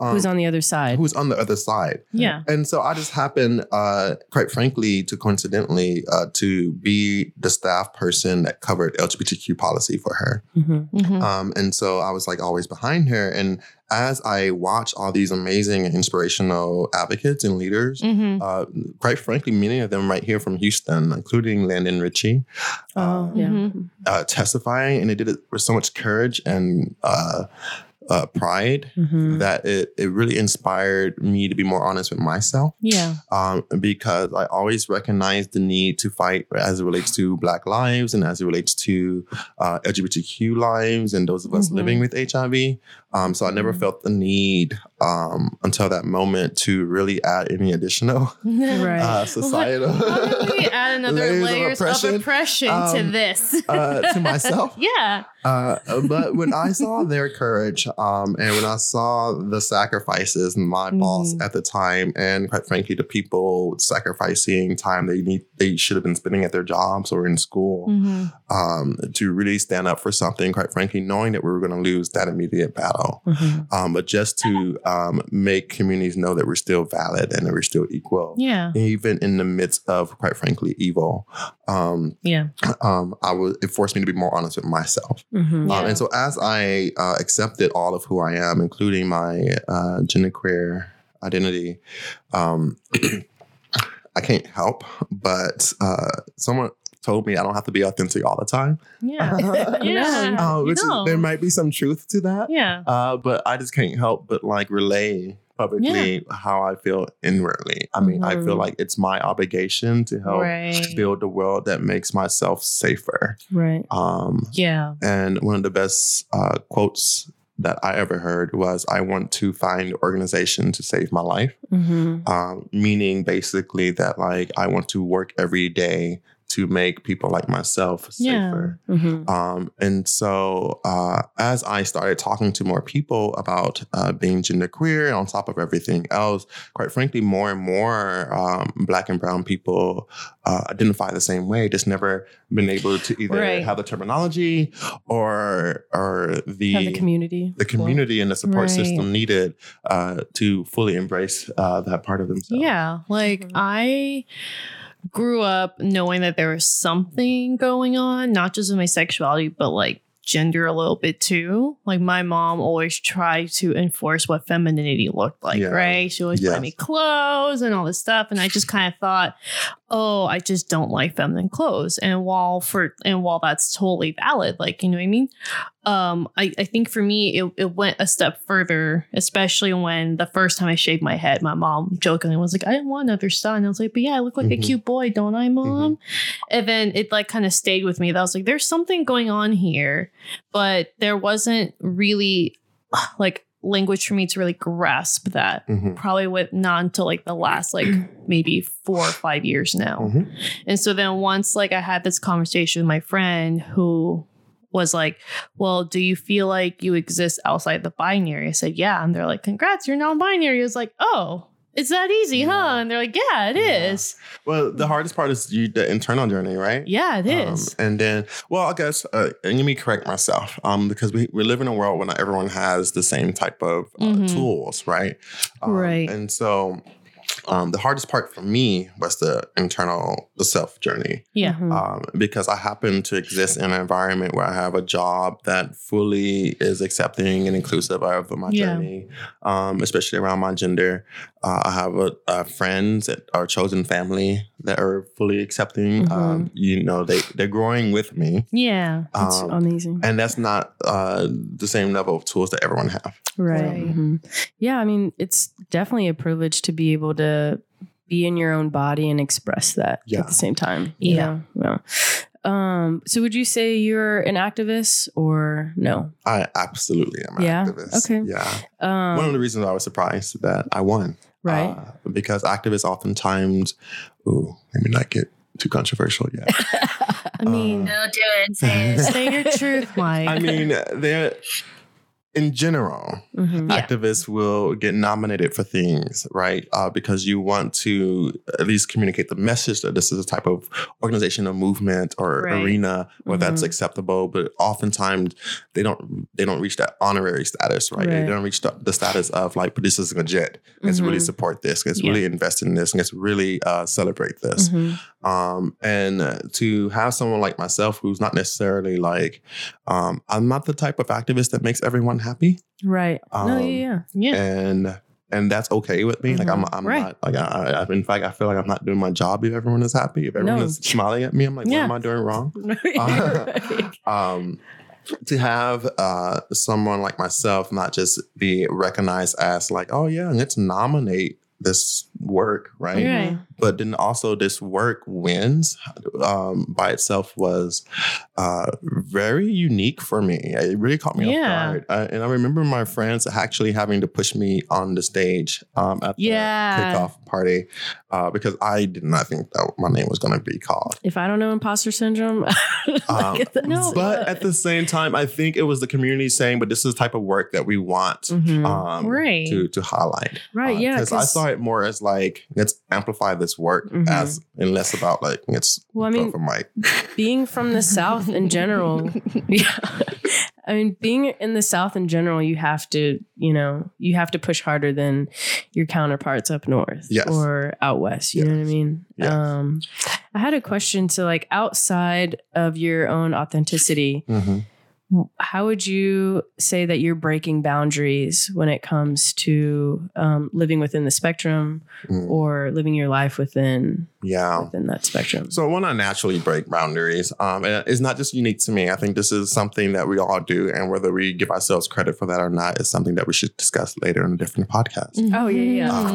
Speaker 2: um,
Speaker 6: Who's on the other side?
Speaker 2: who's on the other side.
Speaker 3: Yeah.
Speaker 2: And so I just happened, uh, quite frankly, to coincidentally uh, to be the staff person that covered LGBTQ policy for her.
Speaker 3: Mm-hmm.
Speaker 2: Um, and so I was like always behind her. And as I watch all these amazing and inspirational advocates and leaders,
Speaker 3: Mm-hmm.
Speaker 2: uh, quite frankly, many of them right here from Houston, including Landon Ritchie,
Speaker 6: Oh,
Speaker 2: uh,
Speaker 6: yeah.
Speaker 3: mm-hmm.
Speaker 2: uh, testifying, and they did it with so much courage and uh, uh, pride
Speaker 3: Mm-hmm.
Speaker 6: Mhm.
Speaker 2: that it, it really inspired me to be more honest with myself
Speaker 3: Yeah.
Speaker 2: um, because I always recognize the need to fight as it relates to Black lives and as it relates to uh, LGBTQ lives and those of us
Speaker 3: Mhm.
Speaker 2: living with HIV. Um, so I never felt the need um, until that moment to really add any additional
Speaker 6: Right.
Speaker 2: uh, societal
Speaker 3: How do we add another
Speaker 2: layers
Speaker 3: layers,
Speaker 2: of
Speaker 3: of oppression,
Speaker 2: oppression,
Speaker 3: to
Speaker 2: um,
Speaker 3: this?
Speaker 2: uh, to myself.
Speaker 3: yeah.
Speaker 2: Uh, but when I saw their courage, um, and when I saw the sacrifices, my boss
Speaker 3: Mhm.
Speaker 2: at the time, and quite frankly, the people sacrificing time they need, they should have been spending at their jobs or in school,
Speaker 3: Mm-hmm.
Speaker 2: um, to really stand up for something. Quite frankly, knowing that we were going to lose that immediate battle,
Speaker 6: Mhm.
Speaker 3: Mm-hmm.
Speaker 2: um, but just to um, make communities know that we're still valid and that we're still equal.
Speaker 3: Yeah.
Speaker 2: Even in the midst of, quite frankly, evil, um,
Speaker 3: Yeah.
Speaker 2: um, I was it forced me to be more honest with myself.
Speaker 3: Mm-hmm.
Speaker 6: Mhm.
Speaker 2: Um, and so as I uh, accepted all of who I am, including my uh, genderqueer identity, um, I can't help but uh, someone told me I don't have to be authentic all the time.
Speaker 3: Yeah.
Speaker 2: Uh-huh.
Speaker 3: Oh,
Speaker 6: Yeah.
Speaker 3: Yeah.
Speaker 2: Uh,
Speaker 3: You
Speaker 2: which is-
Speaker 3: don't.
Speaker 2: there might be some truth to that,
Speaker 3: yeah.
Speaker 2: uh, but I just can't help but like relay publicly how I feel inwardly. I mean, I feel
Speaker 6: Mhm.
Speaker 2: like it's my obligation to help
Speaker 3: Mm-hmm. Right.
Speaker 2: build a world that makes myself safer.
Speaker 6: Right.
Speaker 2: Um,
Speaker 3: Yeah.
Speaker 2: and one of the best uh, quotes that I ever heard was, I want to find organization to save my life.
Speaker 3: Mm-hmm.
Speaker 6: Mhm.
Speaker 2: Um, meaning basically that, like, I want to work every day to make people like myself
Speaker 3: Yeah.
Speaker 2: safer.
Speaker 3: Mm-hmm.
Speaker 6: Mhm.
Speaker 2: Um, and so, uh, as I started talking to more people about uh, being genderqueer, on top of everything else, quite frankly, more and more um, Black and Brown people uh, identify the same way. Just never been able to either
Speaker 3: Right.
Speaker 2: have the terminology or or the
Speaker 6: Have the community.
Speaker 2: the community and the support
Speaker 3: Right.
Speaker 2: system needed uh, to fully embrace uh, that part of themselves.
Speaker 3: Yeah. Like
Speaker 2: Mm-hmm.
Speaker 6: Mhm.
Speaker 3: I grew up knowing that there was something going on, not just with my sexuality, but like gender a little bit too. Like my mom always tried to enforce what femininity looked like,
Speaker 2: Yeah.
Speaker 3: right? She always
Speaker 2: Yes.
Speaker 3: bought me clothes and all this stuff. And I just kind of thought, oh, I just don't like feminine clothes. And while for and while that's totally valid, like you know what I mean? Um, I, I think for me it, it went a step further, especially when the first time I shaved my head, my mom jokingly was like, I didn't want another son. I was like, but yeah, I look like a
Speaker 2: Mhm.
Speaker 3: cute boy, don't I, mom? And then it like kind of stayed with me that I was like, there's something going on here, but there wasn't really like language for me to really grasp that
Speaker 2: Mhm.
Speaker 3: probably with not until like the last like maybe four or five years now.
Speaker 2: Mhm.
Speaker 3: And so then once like I had this conversation with my friend who was like, Well, do you feel like you exist outside the binary? I said, Yeah. And they're like, Congrats, you're non binary. I was like, Oh, it's that easy, huh? And they're like, Yeah, it
Speaker 2: Yeah.
Speaker 3: is.
Speaker 2: Well,
Speaker 3: Mm.
Speaker 2: the hardest part is you, the internal journey, right?
Speaker 3: yeah. it
Speaker 2: Um,
Speaker 3: is.
Speaker 2: and then, well, I guess, uh, and let me correct myself um, because we, we live in a world where not everyone has the same type of uh,
Speaker 3: Mhm.
Speaker 2: tools, right? Um,
Speaker 3: Right.
Speaker 2: And so, um, the hardest part for me was the internal the self journey
Speaker 3: yeah.
Speaker 6: Mhm.
Speaker 2: um, because I happen to exist in an environment where I have a job that fully is accepting and inclusive of my
Speaker 3: Yeah.
Speaker 2: journey, um, especially around my gender. Uh, I have a, uh friends that are chosen family that are fully accepting.
Speaker 6: Mm-hmm.
Speaker 2: Um, you know, they they're growing with me,
Speaker 3: Yeah.
Speaker 6: It's
Speaker 2: um,
Speaker 6: amazing.
Speaker 2: and that's not uh, the same level of tools that everyone have.
Speaker 6: Right.
Speaker 3: Right.
Speaker 6: Mhm. Yeah, I mean, it's definitely a privilege to be able to be in your own body and express that
Speaker 2: Yeah.
Speaker 6: at the same time. you
Speaker 3: Yeah.
Speaker 6: know? Yeah. Um, so would you say you're an activist or no?
Speaker 2: I absolutely am an
Speaker 6: Yeah,
Speaker 2: activist.
Speaker 6: okay.
Speaker 2: Yeah.
Speaker 6: Um,
Speaker 2: One of the reasons I was surprised that I won.
Speaker 6: right.
Speaker 2: Uh, because activists oftentimes, ooh, let me not get too controversial yet. Uh,
Speaker 3: I mean,
Speaker 5: No, do it. Say it.
Speaker 3: say your truth, Mike.
Speaker 2: I mean, they're in general,
Speaker 6: Mhm.
Speaker 3: Yeah.
Speaker 2: activists will get nominated for things, right? Uh, because you want to at least communicate the message that this is a type of organization or movement or
Speaker 3: Right. Mm-hmm.
Speaker 2: arena where that's
Speaker 6: Mhm.
Speaker 2: acceptable. But oftentimes they don't they don't reach that honorary status, right? They
Speaker 6: Right.
Speaker 2: don't reach the, the status of like, but this is legit. Let's really
Speaker 6: Mhm.
Speaker 2: support this. Let's
Speaker 3: Mm-hmm. Yeah. Mm-hmm.
Speaker 2: really invest in this. Let's really uh, celebrate this
Speaker 6: Mhm.
Speaker 2: um, and uh, to have someone like myself who's not necessarily like um, i'm not the type of activist that makes everyone happy
Speaker 6: Right. no,
Speaker 2: Um,
Speaker 6: yeah, yeah.
Speaker 3: yeah.
Speaker 2: and and that's okay with me like i'm, I'm
Speaker 3: Right.
Speaker 2: not like I, I in fact i feel like i'm not doing my job if everyone is happy if everyone
Speaker 6: No.
Speaker 2: is smiling at me i'm like
Speaker 3: Yeah.
Speaker 2: what am i doing wrong
Speaker 6: Right.
Speaker 2: um, to have uh, someone like myself not just be recognized as like oh yeah let's nominate this work right
Speaker 3: Right.
Speaker 2: but then also this work wins um, by itself was uh, very unique for me. It really caught me
Speaker 3: Yeah.
Speaker 2: off guard, uh, and I remember my friends actually having to push me on the stage um, at
Speaker 3: Yeah.
Speaker 2: the kickoff party uh, because I did not think that my name was going to be called.
Speaker 6: If I don't know imposter syndrome,
Speaker 2: Um,
Speaker 6: look at that.
Speaker 2: but at the same time, I think it was the community saying, "But this is the type of work that we want."
Speaker 6: Mhm.
Speaker 2: Um,
Speaker 3: Mm-hmm. Right.
Speaker 2: to to highlight
Speaker 6: right, yeah,
Speaker 2: because I saw it more as like let's amplify this work
Speaker 3: Mm-hmm.
Speaker 6: Mhm.
Speaker 2: as and less about like let's
Speaker 6: Well, I
Speaker 2: go
Speaker 6: mean,
Speaker 2: for Mike.
Speaker 6: being from the South in general, yeah. I mean, being in the South in general, you have to, you know, you have to push harder than your counterparts up north
Speaker 2: Yes.
Speaker 6: or out west. You know what I
Speaker 2: Yes.
Speaker 6: mean?
Speaker 2: Yes.
Speaker 6: Um, I had a question. So, like, outside of your own authenticity, how would you say that you're breaking boundaries when it comes to um, living within the spectrum
Speaker 2: Mm.
Speaker 6: or living your life within
Speaker 2: Yeah.
Speaker 6: within that spectrum?
Speaker 2: So I want to naturally break boundaries. Um, and it's not just unique to me. I think this is something that we all do, and whether we give ourselves credit for that or not is something that we should discuss later in a different podcast. Uh,
Speaker 6: Oh, yeah, yeah.
Speaker 3: Mhm.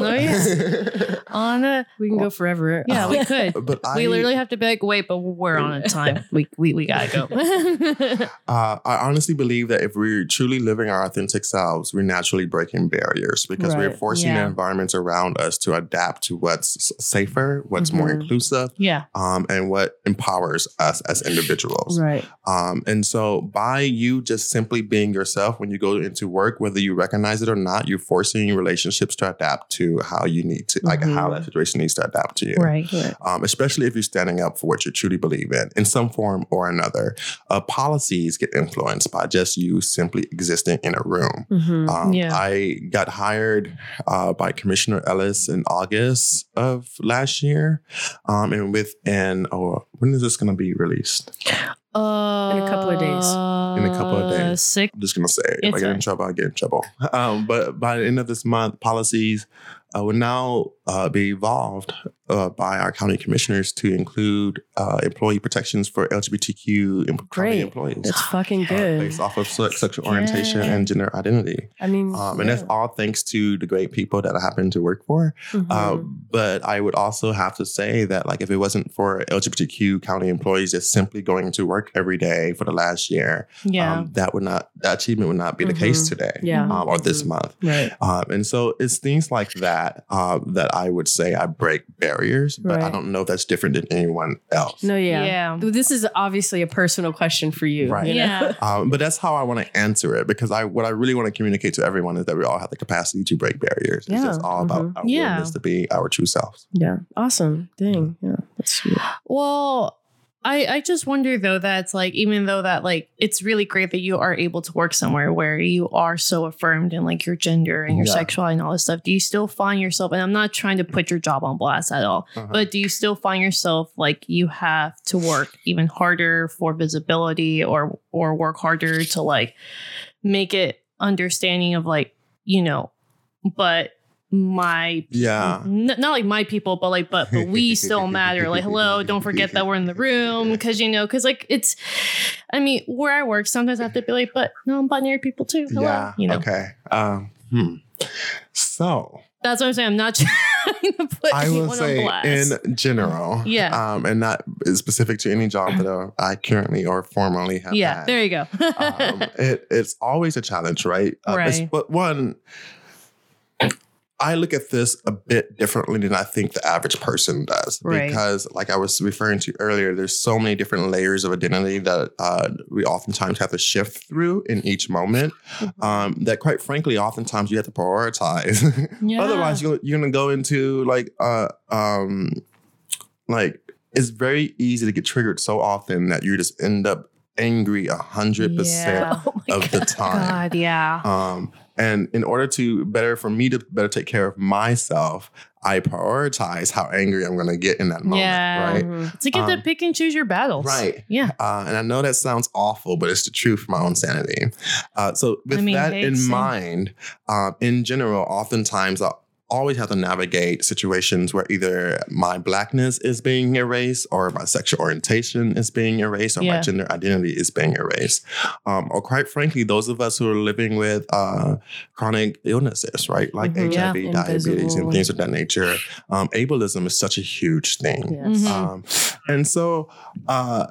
Speaker 3: Oh, yeah. on a
Speaker 6: we can go forever.
Speaker 3: yeah, we could.
Speaker 2: but I,
Speaker 3: we literally have to be like, wait, but we're on a time. We we we gotta go.
Speaker 2: uh, I honestly believe that if we're truly living our authentic selves, we're naturally breaking barriers because we're
Speaker 6: Right.
Speaker 2: forcing
Speaker 3: Yeah.
Speaker 2: the environments around us to adapt to what's s- safer, what's more
Speaker 3: Mm-hmm.
Speaker 6: Mhm.
Speaker 2: inclusive,
Speaker 3: yeah.
Speaker 2: um, and what empowers us as individuals.
Speaker 6: Right.
Speaker 2: Um, and so by you just simply being yourself when you go into work, whether you recognize it or not, you're forcing your relationships to adapt to how you need to, like
Speaker 6: Mhm.
Speaker 2: how that situation needs to adapt to you.
Speaker 3: Mm-hmm. Right.
Speaker 2: Um, especially if you're standing up for what you truly believe in, in some form or another. Uh, policies get influenced by just you simply existing in a room.
Speaker 6: Mm-hmm.
Speaker 2: Um,
Speaker 3: Mm, Yeah.
Speaker 2: I got hired uh, by Commissioner Ellis in August of last year. Um, and within, oh, when is this going to be released?
Speaker 3: Uh,
Speaker 6: In a couple of days. Uh,
Speaker 3: In
Speaker 2: a couple of days.
Speaker 3: Six.
Speaker 2: I'm just gonna say it. if
Speaker 3: It's
Speaker 2: I get in
Speaker 3: fine.
Speaker 2: trouble, I get in trouble. Um, but by the end of this month, policies uh, will now uh, be evolved uh, by our county commissioners to include uh, employee protections for LGBTQ em- county
Speaker 6: Great.
Speaker 2: employees.
Speaker 6: That's fucking
Speaker 2: uh,
Speaker 6: good.
Speaker 2: based off of se- sexual orientation and gender identity.
Speaker 6: I mean,
Speaker 2: Um, and
Speaker 6: yeah.
Speaker 2: that's all thanks to the great people that I happen to work for.
Speaker 6: Mhm.
Speaker 2: Uh, but I would also have to say that, like, if it wasn't for LGBTQ county employees just simply going to work every day for the last year,
Speaker 3: Yeah.
Speaker 2: um, that would not that achievement would not be the
Speaker 6: Mhm.
Speaker 2: case today,
Speaker 6: yeah.
Speaker 2: um, or this
Speaker 6: Mhm.
Speaker 2: month.
Speaker 6: Right.
Speaker 2: Um, and so it's things like that uh, that I would say I break barriers, but I
Speaker 6: Right.
Speaker 2: don't know if that's different than anyone else.
Speaker 6: No. Yeah.
Speaker 3: yeah.
Speaker 6: This is obviously a personal question for you.
Speaker 2: Right.
Speaker 6: you know?
Speaker 3: Yeah.
Speaker 2: Um, but that's how I want to answer it because I what I really want to communicate to everyone is that we all have the capacity to break barriers. It's
Speaker 6: Yeah.
Speaker 2: just all about
Speaker 6: Mhm.
Speaker 2: our
Speaker 3: Yeah.
Speaker 2: willingness to be our true selves.
Speaker 6: Yeah. Awesome. Dang.
Speaker 2: Mm-hmm.
Speaker 6: Yeah. That's sweet.
Speaker 3: Well, I I just wonder though that's like even though that like it's really great that you are able to work somewhere where you are so affirmed in like your gender and your
Speaker 2: Yeah.
Speaker 3: sexuality and all this stuff. Do you still find yourself? And I'm not trying to put your job on blast at all,
Speaker 2: Uh-huh.
Speaker 3: but do you still find yourself like you have to work even harder for visibility or or work harder to like make it understanding of like you know, but my
Speaker 2: Yeah.
Speaker 6: Mm-hmm.
Speaker 3: N- not like my people, but like, but but we still matter. Like, hello, don't forget that we're in the room because you know, because like it's, I mean, where I work, sometimes I have to be like, but non-binary people too. Hello,
Speaker 2: Yeah.
Speaker 3: you know.
Speaker 2: Okay. Um, hmm. So
Speaker 3: That's what I'm saying. I'm not trying to put
Speaker 2: I
Speaker 3: anyone
Speaker 2: will say
Speaker 3: on blast.
Speaker 2: in general,
Speaker 3: Yeah.
Speaker 2: um, and not specific to any job that uh, I currently or formerly have
Speaker 3: yeah,
Speaker 2: had.
Speaker 3: there you go.
Speaker 2: um, it, it's always a challenge, right? Um, it's-
Speaker 3: Right.
Speaker 2: But one, I look at this a bit differently than I think the average person does,
Speaker 3: Right.
Speaker 2: because, like I was referring to earlier, there's so many different layers of identity that uh, we oftentimes have to shift through in each moment.
Speaker 3: Mm-hmm.
Speaker 2: Um, that, quite frankly, oftentimes you have to prioritize.
Speaker 3: Yeah.
Speaker 2: Otherwise, you're, you're gonna go into like uh um like it's very easy to get triggered so often that you just end up angry a hundred percent
Speaker 3: Yeah. Oh my
Speaker 2: of the time.
Speaker 3: God, yeah.
Speaker 2: Um, and in order to better for me to better take care of myself, I prioritize how angry I'm gonna get in that moment,
Speaker 3: Yeah.
Speaker 2: right?
Speaker 3: To get
Speaker 2: Um,
Speaker 3: to pick and choose your battles.
Speaker 2: Right.
Speaker 3: Yeah.
Speaker 2: Uh, and I know that sounds awful, but it's the truth for my own sanity. Uh, so, with
Speaker 3: mean,
Speaker 2: that
Speaker 3: hey,
Speaker 2: in
Speaker 3: same.
Speaker 2: mind, um, in general, oftentimes I always have to navigate situations where either my blackness is being erased, or my sexual orientation is being erased, or my
Speaker 3: Yeah.
Speaker 2: gender identity is being erased. Um, or, quite frankly, those of us who are living with uh, chronic illnesses, right? Like
Speaker 3: Mm-hmm.
Speaker 6: Mhm. Yeah,
Speaker 2: HIV, diabetes,
Speaker 6: invisible.
Speaker 2: and things of that nature. Um, ableism is such a huge thing.
Speaker 3: Mhm.
Speaker 2: Um, and so, uh,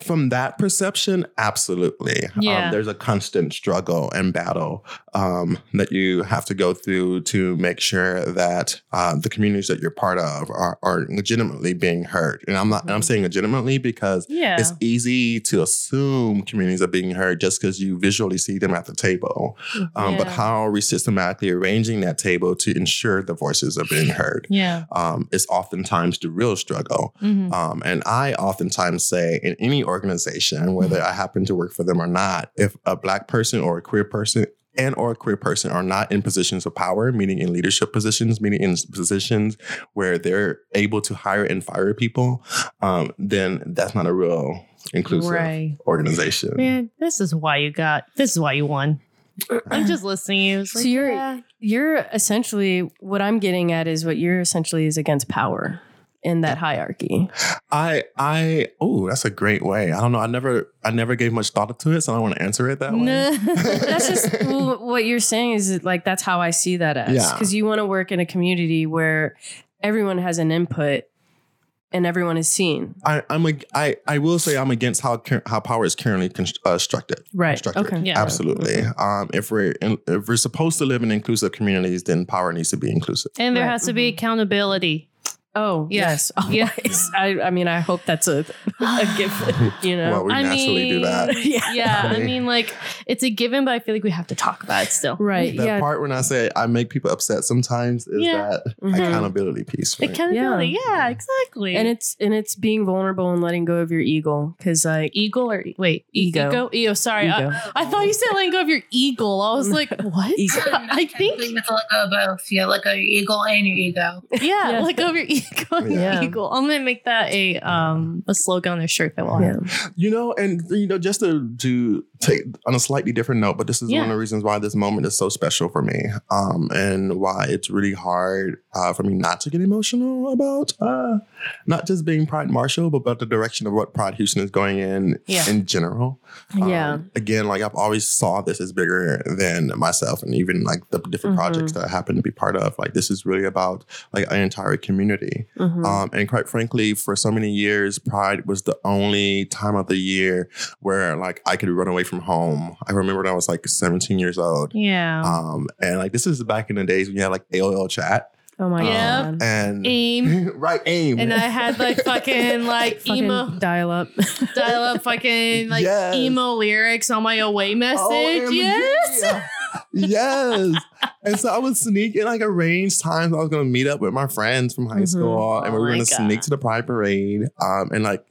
Speaker 2: from that perception, absolutely. Um,
Speaker 3: Yeah.
Speaker 2: there's a constant struggle and battle um, that you have to go through to make sure that uh, the communities that you're part of are, are legitimately being heard. And I'm not. and I'm saying legitimately because
Speaker 3: Mm-hmm. Yeah.
Speaker 2: it's easy to assume communities are being heard just because you visually see them at the table. Um, But
Speaker 3: Yeah.
Speaker 2: how are we systematically arranging that table to ensure the voices are being heard?
Speaker 3: Yeah.
Speaker 2: Um, is oftentimes the real struggle.
Speaker 3: Mhm.
Speaker 2: Um, and I oftentimes say in any organization, whether I happen to work for them or not, if a black person or a queer person and or a queer person are not in positions of power, meaning in leadership positions, meaning in positions where they're able to hire and fire people, um, then that's not a real inclusive
Speaker 3: Right.
Speaker 2: organization.
Speaker 3: Man, this is why you got this is why you won. I'm just listening to you. It's
Speaker 6: So
Speaker 3: like,
Speaker 6: you're-
Speaker 3: yeah.
Speaker 6: You're essentially what I'm getting at is what you're essentially is against power in that hierarchy.
Speaker 2: I I oh, that's a great way. I don't know. I never I never gave much thought to it, so I don't want to answer it that way.
Speaker 6: that's just w- what you're saying is that, like that's how I see that as
Speaker 2: Yeah.
Speaker 6: because you want to work in a community where everyone has an input and everyone is seen.
Speaker 2: I, I'm a, I, I will say I'm against how cur- how power is currently const- uh, structed.
Speaker 6: Right.
Speaker 2: Structured.
Speaker 6: Okay.
Speaker 3: Yeah.
Speaker 2: Absolutely. Um, if we're in, if we're supposed to live in inclusive communities, then power needs to be inclusive.
Speaker 3: And there
Speaker 6: Right.
Speaker 3: has to be
Speaker 6: Mhm.
Speaker 3: accountability.
Speaker 6: Oh yes. Always.
Speaker 3: Yes.
Speaker 6: I, I mean, I hope that's a a given. You know.
Speaker 2: Well, we
Speaker 3: I
Speaker 2: naturally do that.
Speaker 3: mean,
Speaker 6: yeah.
Speaker 3: Yeah. I
Speaker 2: Right.
Speaker 3: mean, like, it's a given, but I feel like we have to talk about it still.
Speaker 6: Right.
Speaker 2: That
Speaker 6: yeah.
Speaker 2: part when I say I make people upset sometimes is
Speaker 3: Yeah.
Speaker 2: that
Speaker 6: Mhm.
Speaker 2: accountability piece. right?
Speaker 3: Accountability. Yeah. exactly.
Speaker 6: and it's and it's being vulnerable and letting go of your eagle because like
Speaker 3: eagle or wait, e-
Speaker 6: Ego.
Speaker 3: Ego. Ego, sorry. I-
Speaker 6: ego.
Speaker 3: I, thought you said letting go of your eagle. I was like, what?
Speaker 6: Ego.
Speaker 3: I think,
Speaker 5: you have to let go of oh, both. Yeah, let go of your eagle and your ego.
Speaker 3: yeah,
Speaker 6: Yeah.
Speaker 3: let go of your ego. and your
Speaker 6: Yeah.
Speaker 3: Eagle. I'm gonna make that a um a slogan on a shirt that we'll
Speaker 6: yeah.
Speaker 3: have.
Speaker 2: You know, and you know, just to to take on a slightly different note, but this is
Speaker 3: Yeah.
Speaker 2: one of the reasons why this moment is so special for me, um, and why it's really hard uh, for me not to get emotional about uh, not just being Pride Marshall, but about the direction of what Pride Houston is going in
Speaker 3: Yeah.
Speaker 2: in general. Um,
Speaker 6: Yeah.
Speaker 2: Again, like I've always saw this as bigger than myself, and even like the different
Speaker 3: Mm-hmm.
Speaker 6: Mhm.
Speaker 2: projects that I happen to be part of. Like this is really about like an entire community.
Speaker 3: Mm-hmm.
Speaker 6: Mhm.
Speaker 2: Um, and quite frankly, for so many years, Pride was the only time of the year where like I could run away from home. I remember when I was like 17 years old.
Speaker 3: Yeah.
Speaker 2: Um, and like this is back in the days when you had like AOL chat
Speaker 6: oh my
Speaker 3: Yeah.
Speaker 6: god.
Speaker 2: uh, and
Speaker 3: Aim.
Speaker 2: right aim.
Speaker 3: And I had like fucking like emo
Speaker 6: dial up.
Speaker 3: dial up fucking like
Speaker 2: Yes. Oh,
Speaker 3: emo lyrics on my away message.
Speaker 2: OMG.
Speaker 3: yes.
Speaker 2: yes. And so I would sneak and like arrange times I was gonna meet up with my friends from high
Speaker 6: Mhm.
Speaker 2: school and we
Speaker 3: Oh
Speaker 2: were
Speaker 3: my
Speaker 2: gonna
Speaker 3: God.
Speaker 2: sneak to the pride parade. Um and like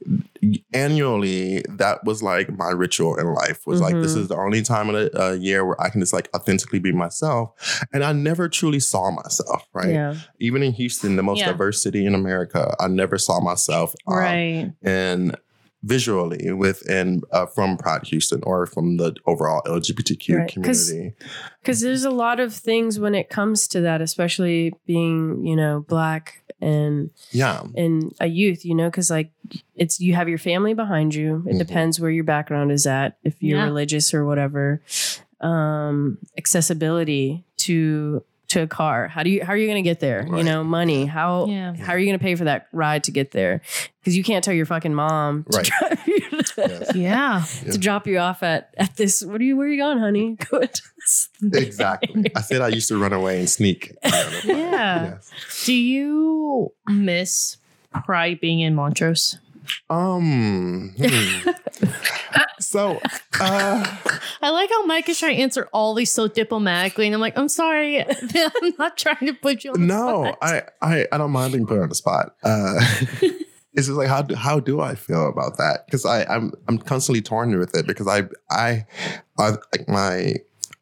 Speaker 2: annually that was like my ritual in life was like this
Speaker 3: Mm-hmm.
Speaker 6: Mhm.
Speaker 2: is the only time of the uh, year where I can just like authentically be myself. And I never truly saw myself, right? Uh,
Speaker 6: Yeah.
Speaker 2: Even in Houston, the most
Speaker 3: Yeah.
Speaker 2: diverse city in America, I never saw myself um,
Speaker 3: Right.
Speaker 2: and visually within uh, from Pride Houston or from the overall LGBTQ
Speaker 6: Right. 'Cause-
Speaker 2: community.
Speaker 6: Because there's a lot of things when it comes to that, especially being you know black and
Speaker 2: Yeah.
Speaker 6: and a youth. You know, because like it's you have your family behind you. It
Speaker 2: Mhm.
Speaker 6: depends where your background is at, if you're
Speaker 3: Yeah.
Speaker 6: religious or whatever. Um, accessibility to to a car? How do you how are you going to get there? You
Speaker 2: Right.
Speaker 6: know, money. How
Speaker 3: Yeah.
Speaker 6: how are you going to pay for that ride to get there? Because you can't tell your fucking mom to,
Speaker 2: Right.
Speaker 6: drive you
Speaker 2: Yes.
Speaker 3: Yeah.
Speaker 2: Yeah.
Speaker 6: to drop you off at at this. What are you? Where are you going, honey? Go to this
Speaker 2: Exactly. I said I used to run away and sneak.
Speaker 3: Yeah.
Speaker 2: Yes.
Speaker 3: Do you miss Pride being in Montrose?
Speaker 2: Um. hmm. so, uh,
Speaker 3: I like how Mike is trying to answer all these so diplomatically, and I'm like, I'm sorry, I'm not trying to put you on. the
Speaker 2: no,
Speaker 3: spot.
Speaker 2: I, I, I don't mind being put on the spot. Uh, it's just like how do, how do I feel about that? Because I I'm I'm constantly torn with it because I I, I like my.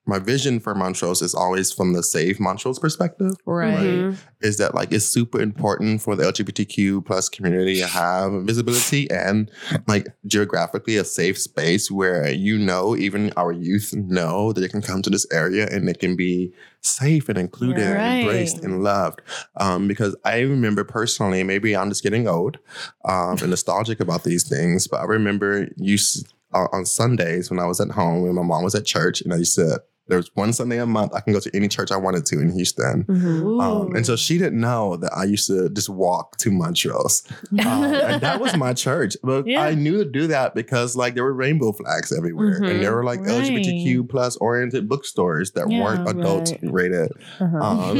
Speaker 2: My vision for Montrose is always from the Save Montrose perspective.
Speaker 6: right.
Speaker 2: is that like it's super important for the LGBTQ plus community to have visibility and like geographically a safe space where you know even our youth know that they can come to this area and they can be safe and included
Speaker 3: Right.
Speaker 2: and embraced and loved. Um, because I remember personally, maybe I'm just getting old um, and nostalgic about these things, but I remember you uh, on Sundays when I was at home and my mom was at church and I used to. There was one Sunday a month I can go to any church I wanted to in Houston.
Speaker 6: Mm-hmm.
Speaker 2: Um, and so she didn't know that I used to just walk to Montrose. Um, and that was my church. But
Speaker 3: Yeah.
Speaker 2: I knew to do that because like there were rainbow flags everywhere.
Speaker 6: Mhm.
Speaker 2: And there were like
Speaker 3: Mm-hmm. Right.
Speaker 2: LGBTQ plus oriented bookstores that
Speaker 3: Yeah,
Speaker 2: weren't adult
Speaker 6: right.
Speaker 2: rated.
Speaker 6: Uh-huh.
Speaker 2: Um,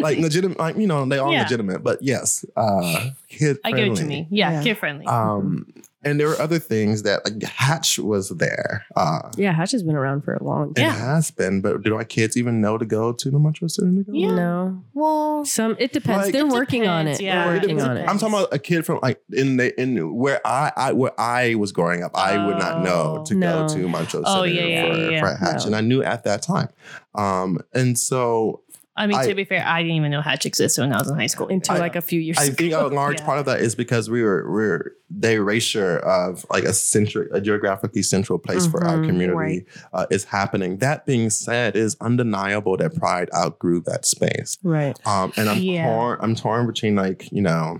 Speaker 2: like legitimate, like, you know, they are
Speaker 3: Yeah.
Speaker 2: legitimate. But yes, uh, kid
Speaker 3: I get what you
Speaker 2: friendly.
Speaker 3: mean. Yeah,
Speaker 6: Yeah.
Speaker 3: kid friendly.
Speaker 2: Um, and there were other things that like Hatch was there. Uh,
Speaker 6: Yeah, Hatch has been around for a long
Speaker 2: it
Speaker 6: time.
Speaker 2: has been, but do our kids even know to go to the Montrose Center? To go?
Speaker 3: Yeah.
Speaker 6: No,
Speaker 3: well,
Speaker 6: some it depends.
Speaker 2: Like-
Speaker 6: They're
Speaker 3: It
Speaker 6: working on
Speaker 3: depends,
Speaker 6: it.
Speaker 3: yeah.
Speaker 6: They're working
Speaker 3: It
Speaker 6: on it.
Speaker 2: I'm talking about a kid from like in the in where I, I where I was growing up. I would not know
Speaker 3: Oh.
Speaker 2: to
Speaker 6: No.
Speaker 2: go to Montrose
Speaker 3: Oh,
Speaker 2: Center
Speaker 3: yeah, yeah,
Speaker 2: for,
Speaker 3: yeah,
Speaker 2: for Hatch,
Speaker 6: No.
Speaker 2: and I knew at that time. Um, and so
Speaker 3: I mean, to
Speaker 2: I-
Speaker 3: be fair, I didn't even know Hatch existed when I was in high school.
Speaker 6: until
Speaker 2: I-
Speaker 6: like a few years.
Speaker 2: I
Speaker 6: ago.
Speaker 2: think a large
Speaker 3: Yeah.
Speaker 2: part of that is because we were we are the erasure of like a centric, a geographically central place for our
Speaker 3: Mm-hmm.
Speaker 6: Mhm,
Speaker 2: community
Speaker 1: right.
Speaker 2: uh, is happening. That being said, it is undeniable that Pride outgrew that space.
Speaker 6: right.
Speaker 2: Um, and I'm
Speaker 3: Yeah.
Speaker 2: torn. I'm torn between like you know,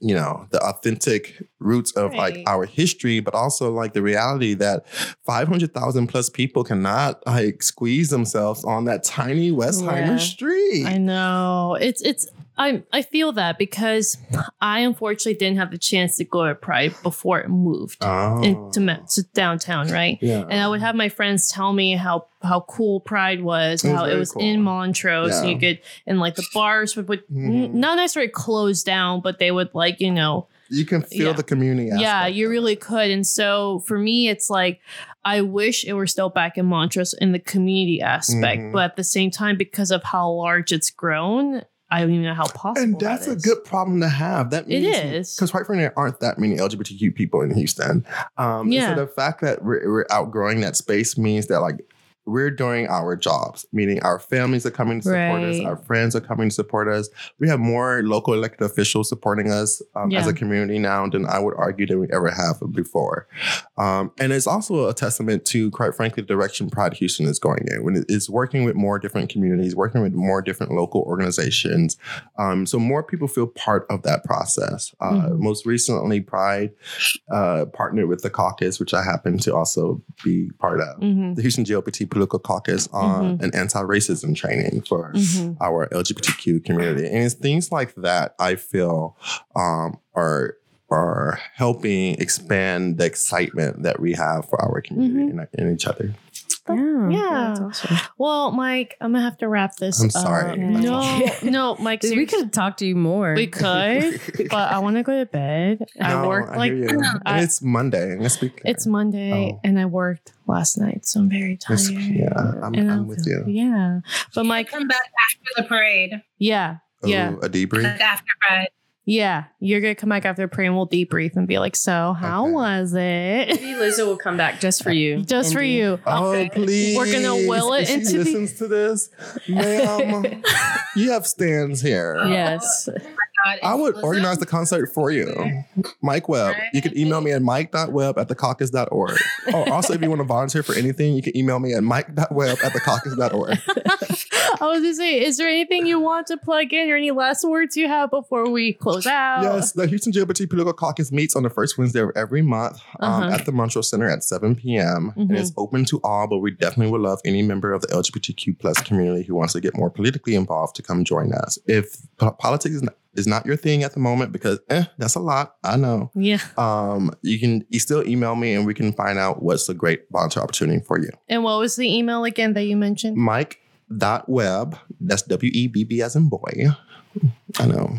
Speaker 2: you know, the authentic roots of
Speaker 3: Right.
Speaker 2: like our history, but also like the reality that 500,000 plus people cannot like squeeze themselves on that tiny Westheimer
Speaker 6: Yeah.
Speaker 2: street.
Speaker 3: I know it's it's I I feel that because I unfortunately didn't have the chance to go to Pride before it moved
Speaker 2: Oh.
Speaker 3: into ma- to downtown, right?
Speaker 2: yeah.
Speaker 3: And I would have my friends tell me how how cool Pride was,
Speaker 2: It was
Speaker 3: how it
Speaker 2: very
Speaker 3: was
Speaker 2: cool.
Speaker 3: in Montrose, and you
Speaker 2: Yeah.
Speaker 3: could and like the bars would, would
Speaker 2: Mhm.
Speaker 3: n- not necessarily close down, but they would like you know
Speaker 2: you can feel
Speaker 3: yeah.
Speaker 2: the community.
Speaker 3: yeah,
Speaker 2: aspect
Speaker 3: you
Speaker 2: of it.
Speaker 3: really could. And so for me, it's like I wish it were still back in Montrose in the community aspect,
Speaker 2: Mhm.
Speaker 3: but at the same time, because of how large it's grown, I don't even know how possible.
Speaker 2: And that's
Speaker 3: that
Speaker 2: a
Speaker 3: is.
Speaker 2: good problem to have. That
Speaker 3: It
Speaker 2: means
Speaker 3: is.
Speaker 2: because quite frankly, there aren't that many LGBTQ people in Houston. Um, and
Speaker 3: Yeah.
Speaker 2: So the fact that we're, we're outgrowing that space means that like we're doing our jobs, meaning our families are coming to support us,
Speaker 3: Right.
Speaker 2: our friends are coming to support us. We have more local elected officials supporting us um, as
Speaker 3: Yeah.
Speaker 2: a community now than I would argue than we ever have before. Um, and it's also a testament to, quite frankly, the direction Pride Houston is going in. When it- it's working with more different communities, working with more different local organizations, um, so more people feel part of that process. Uh,
Speaker 3: Mhm.
Speaker 2: Most recently, Pride uh, partnered with the caucus, which I happen to also be part of,
Speaker 3: Mhm,
Speaker 2: the Houston GLBT Political Caucus on
Speaker 3: Mm-hmm.
Speaker 2: an anti-racism training for
Speaker 3: mhm.
Speaker 2: our LGBTQ community. And it's things like that I feel um, are are helping expand the excitement that we have for our community
Speaker 3: Mm-hmm.
Speaker 2: and, and each other.
Speaker 6: Yeah.
Speaker 3: Yeah.
Speaker 6: Oh, That's awesome.
Speaker 3: Well, Mike, I'm gonna have to wrap this.
Speaker 2: I'm
Speaker 3: up.
Speaker 2: sorry.
Speaker 3: Mm-hmm. No, no, Mike.
Speaker 6: Dude, we
Speaker 3: seriously,
Speaker 6: could talk to you more.
Speaker 3: we could, but I want to go to bed. I
Speaker 2: No,
Speaker 3: worked
Speaker 2: I
Speaker 3: like
Speaker 2: hear you. And
Speaker 3: I-
Speaker 2: it's Monday and it's weekend.
Speaker 3: it's Monday,
Speaker 2: Oh.
Speaker 3: and I worked last night, so I'm very tired.
Speaker 2: It's- yeah, I'm,
Speaker 3: And
Speaker 2: I'm with you.
Speaker 3: Yeah, but
Speaker 5: I
Speaker 3: Mike,
Speaker 5: come back after the parade,
Speaker 3: yeah, yeah.
Speaker 2: Ooh, a debrief.
Speaker 5: like after Pride.
Speaker 3: Yeah, you're gonna come back after prayer and we'll debrief and be like, "So, how
Speaker 2: Okay.
Speaker 3: was it?"
Speaker 6: Maybe Liza will come back just for you.
Speaker 3: Just for
Speaker 6: Indy.
Speaker 3: you.
Speaker 2: Oh
Speaker 5: Okay.
Speaker 2: please!
Speaker 3: We're gonna will
Speaker 2: If
Speaker 3: it
Speaker 2: she
Speaker 3: into the-
Speaker 2: listens to this, ma'am. you have stands here.
Speaker 6: Yes.
Speaker 5: God,
Speaker 2: I would
Speaker 5: Lizzo-
Speaker 2: organize the concert for you. Mike Webb. You can email me at mike.webb at thecaucus.org. Or also, if you want to volunteer for anything, you can email me at mike.webb at thecaucus.org.
Speaker 3: I was gonna say, is there anything you want to plug in or any last words you have before we close out?
Speaker 2: Yes, the Houston GLBT Political Caucus meets on the first Wednesday of every month um,
Speaker 3: Uh-huh.
Speaker 2: at the Montreal Center at 7 p.m. And it's open to all, but we definitely would love any member of the LGBTQ plus community who wants to get more politically involved to come join us. If po- politics is not, is not your thing at the moment, because eh, that's a lot, I know.
Speaker 3: Yeah.
Speaker 2: Um, you can you still email me and we can find out what's a great volunteer opportunity for you.
Speaker 3: And what was the email again that you mentioned?
Speaker 2: Mike dot web that's E w-e-b-b as in boy i know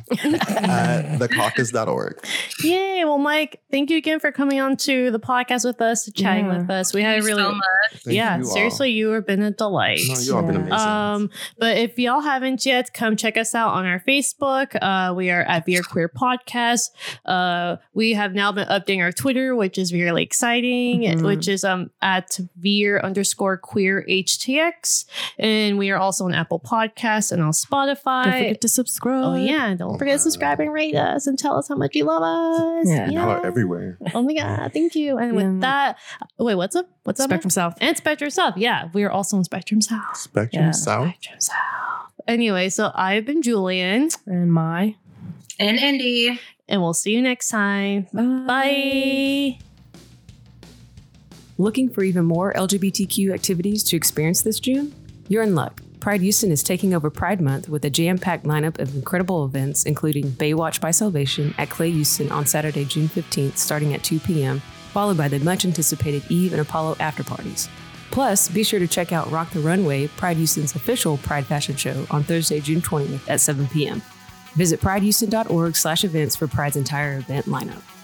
Speaker 2: at thecaucus.org
Speaker 3: Yay. Well, Mike, thank you again for coming on to the podcast with us, chatting
Speaker 6: Yeah.
Speaker 3: with us. We
Speaker 5: Thank
Speaker 3: had a
Speaker 5: you
Speaker 3: really
Speaker 5: so much.
Speaker 2: Thank
Speaker 3: yeah,
Speaker 2: you all.
Speaker 3: seriously, you have been a delight.
Speaker 2: No, you all been
Speaker 6: Yeah.
Speaker 2: amazing.
Speaker 3: Um, but if y'all haven't yet, come check us out on our Facebook. Uh, we are at Veer Queer Podcast. Uh, we have now been updating our Twitter, which is really exciting,
Speaker 6: Mhm.
Speaker 3: which is um at Veer underscore Queer HTX, and we are also on Apple Podcasts and on Spotify.
Speaker 6: Don't forget to subscribe.
Speaker 3: Oh yeah! and Don't forget to subscribe and rate us, and tell us how much you love us.
Speaker 6: Yeah.
Speaker 2: Y'all are everywhere.
Speaker 3: Oh my god! Thank you. And with
Speaker 6: Yeah.
Speaker 3: that, uh, wait, what's up? What's up? Mar-
Speaker 6: Spectrum South.
Speaker 3: and Spectrum South. Yeah, we are also on Spectrum South.
Speaker 2: Spectrum
Speaker 6: Yeah.
Speaker 2: South.
Speaker 3: Spectrum South. Anyway, so I've been Julian,
Speaker 6: And my.
Speaker 5: And Indy.
Speaker 3: and we'll see you next time. Bye.
Speaker 1: Looking for even more LGBTQ activities to experience this June? You're in luck. Pride Houston is taking over Pride Month with a jam packed lineup of incredible events, including Baywatch by Salvation at Clay Houston on Saturday, June 15th, starting at 2 p.m., followed by the much anticipated Eve and Apollo after parties. Plus, be sure to check out Rock the Runway, Pride Houston's official Pride fashion show, on Thursday, June 20th at 7 p.m. Visit pridehouston.org slash events for Pride's entire event lineup.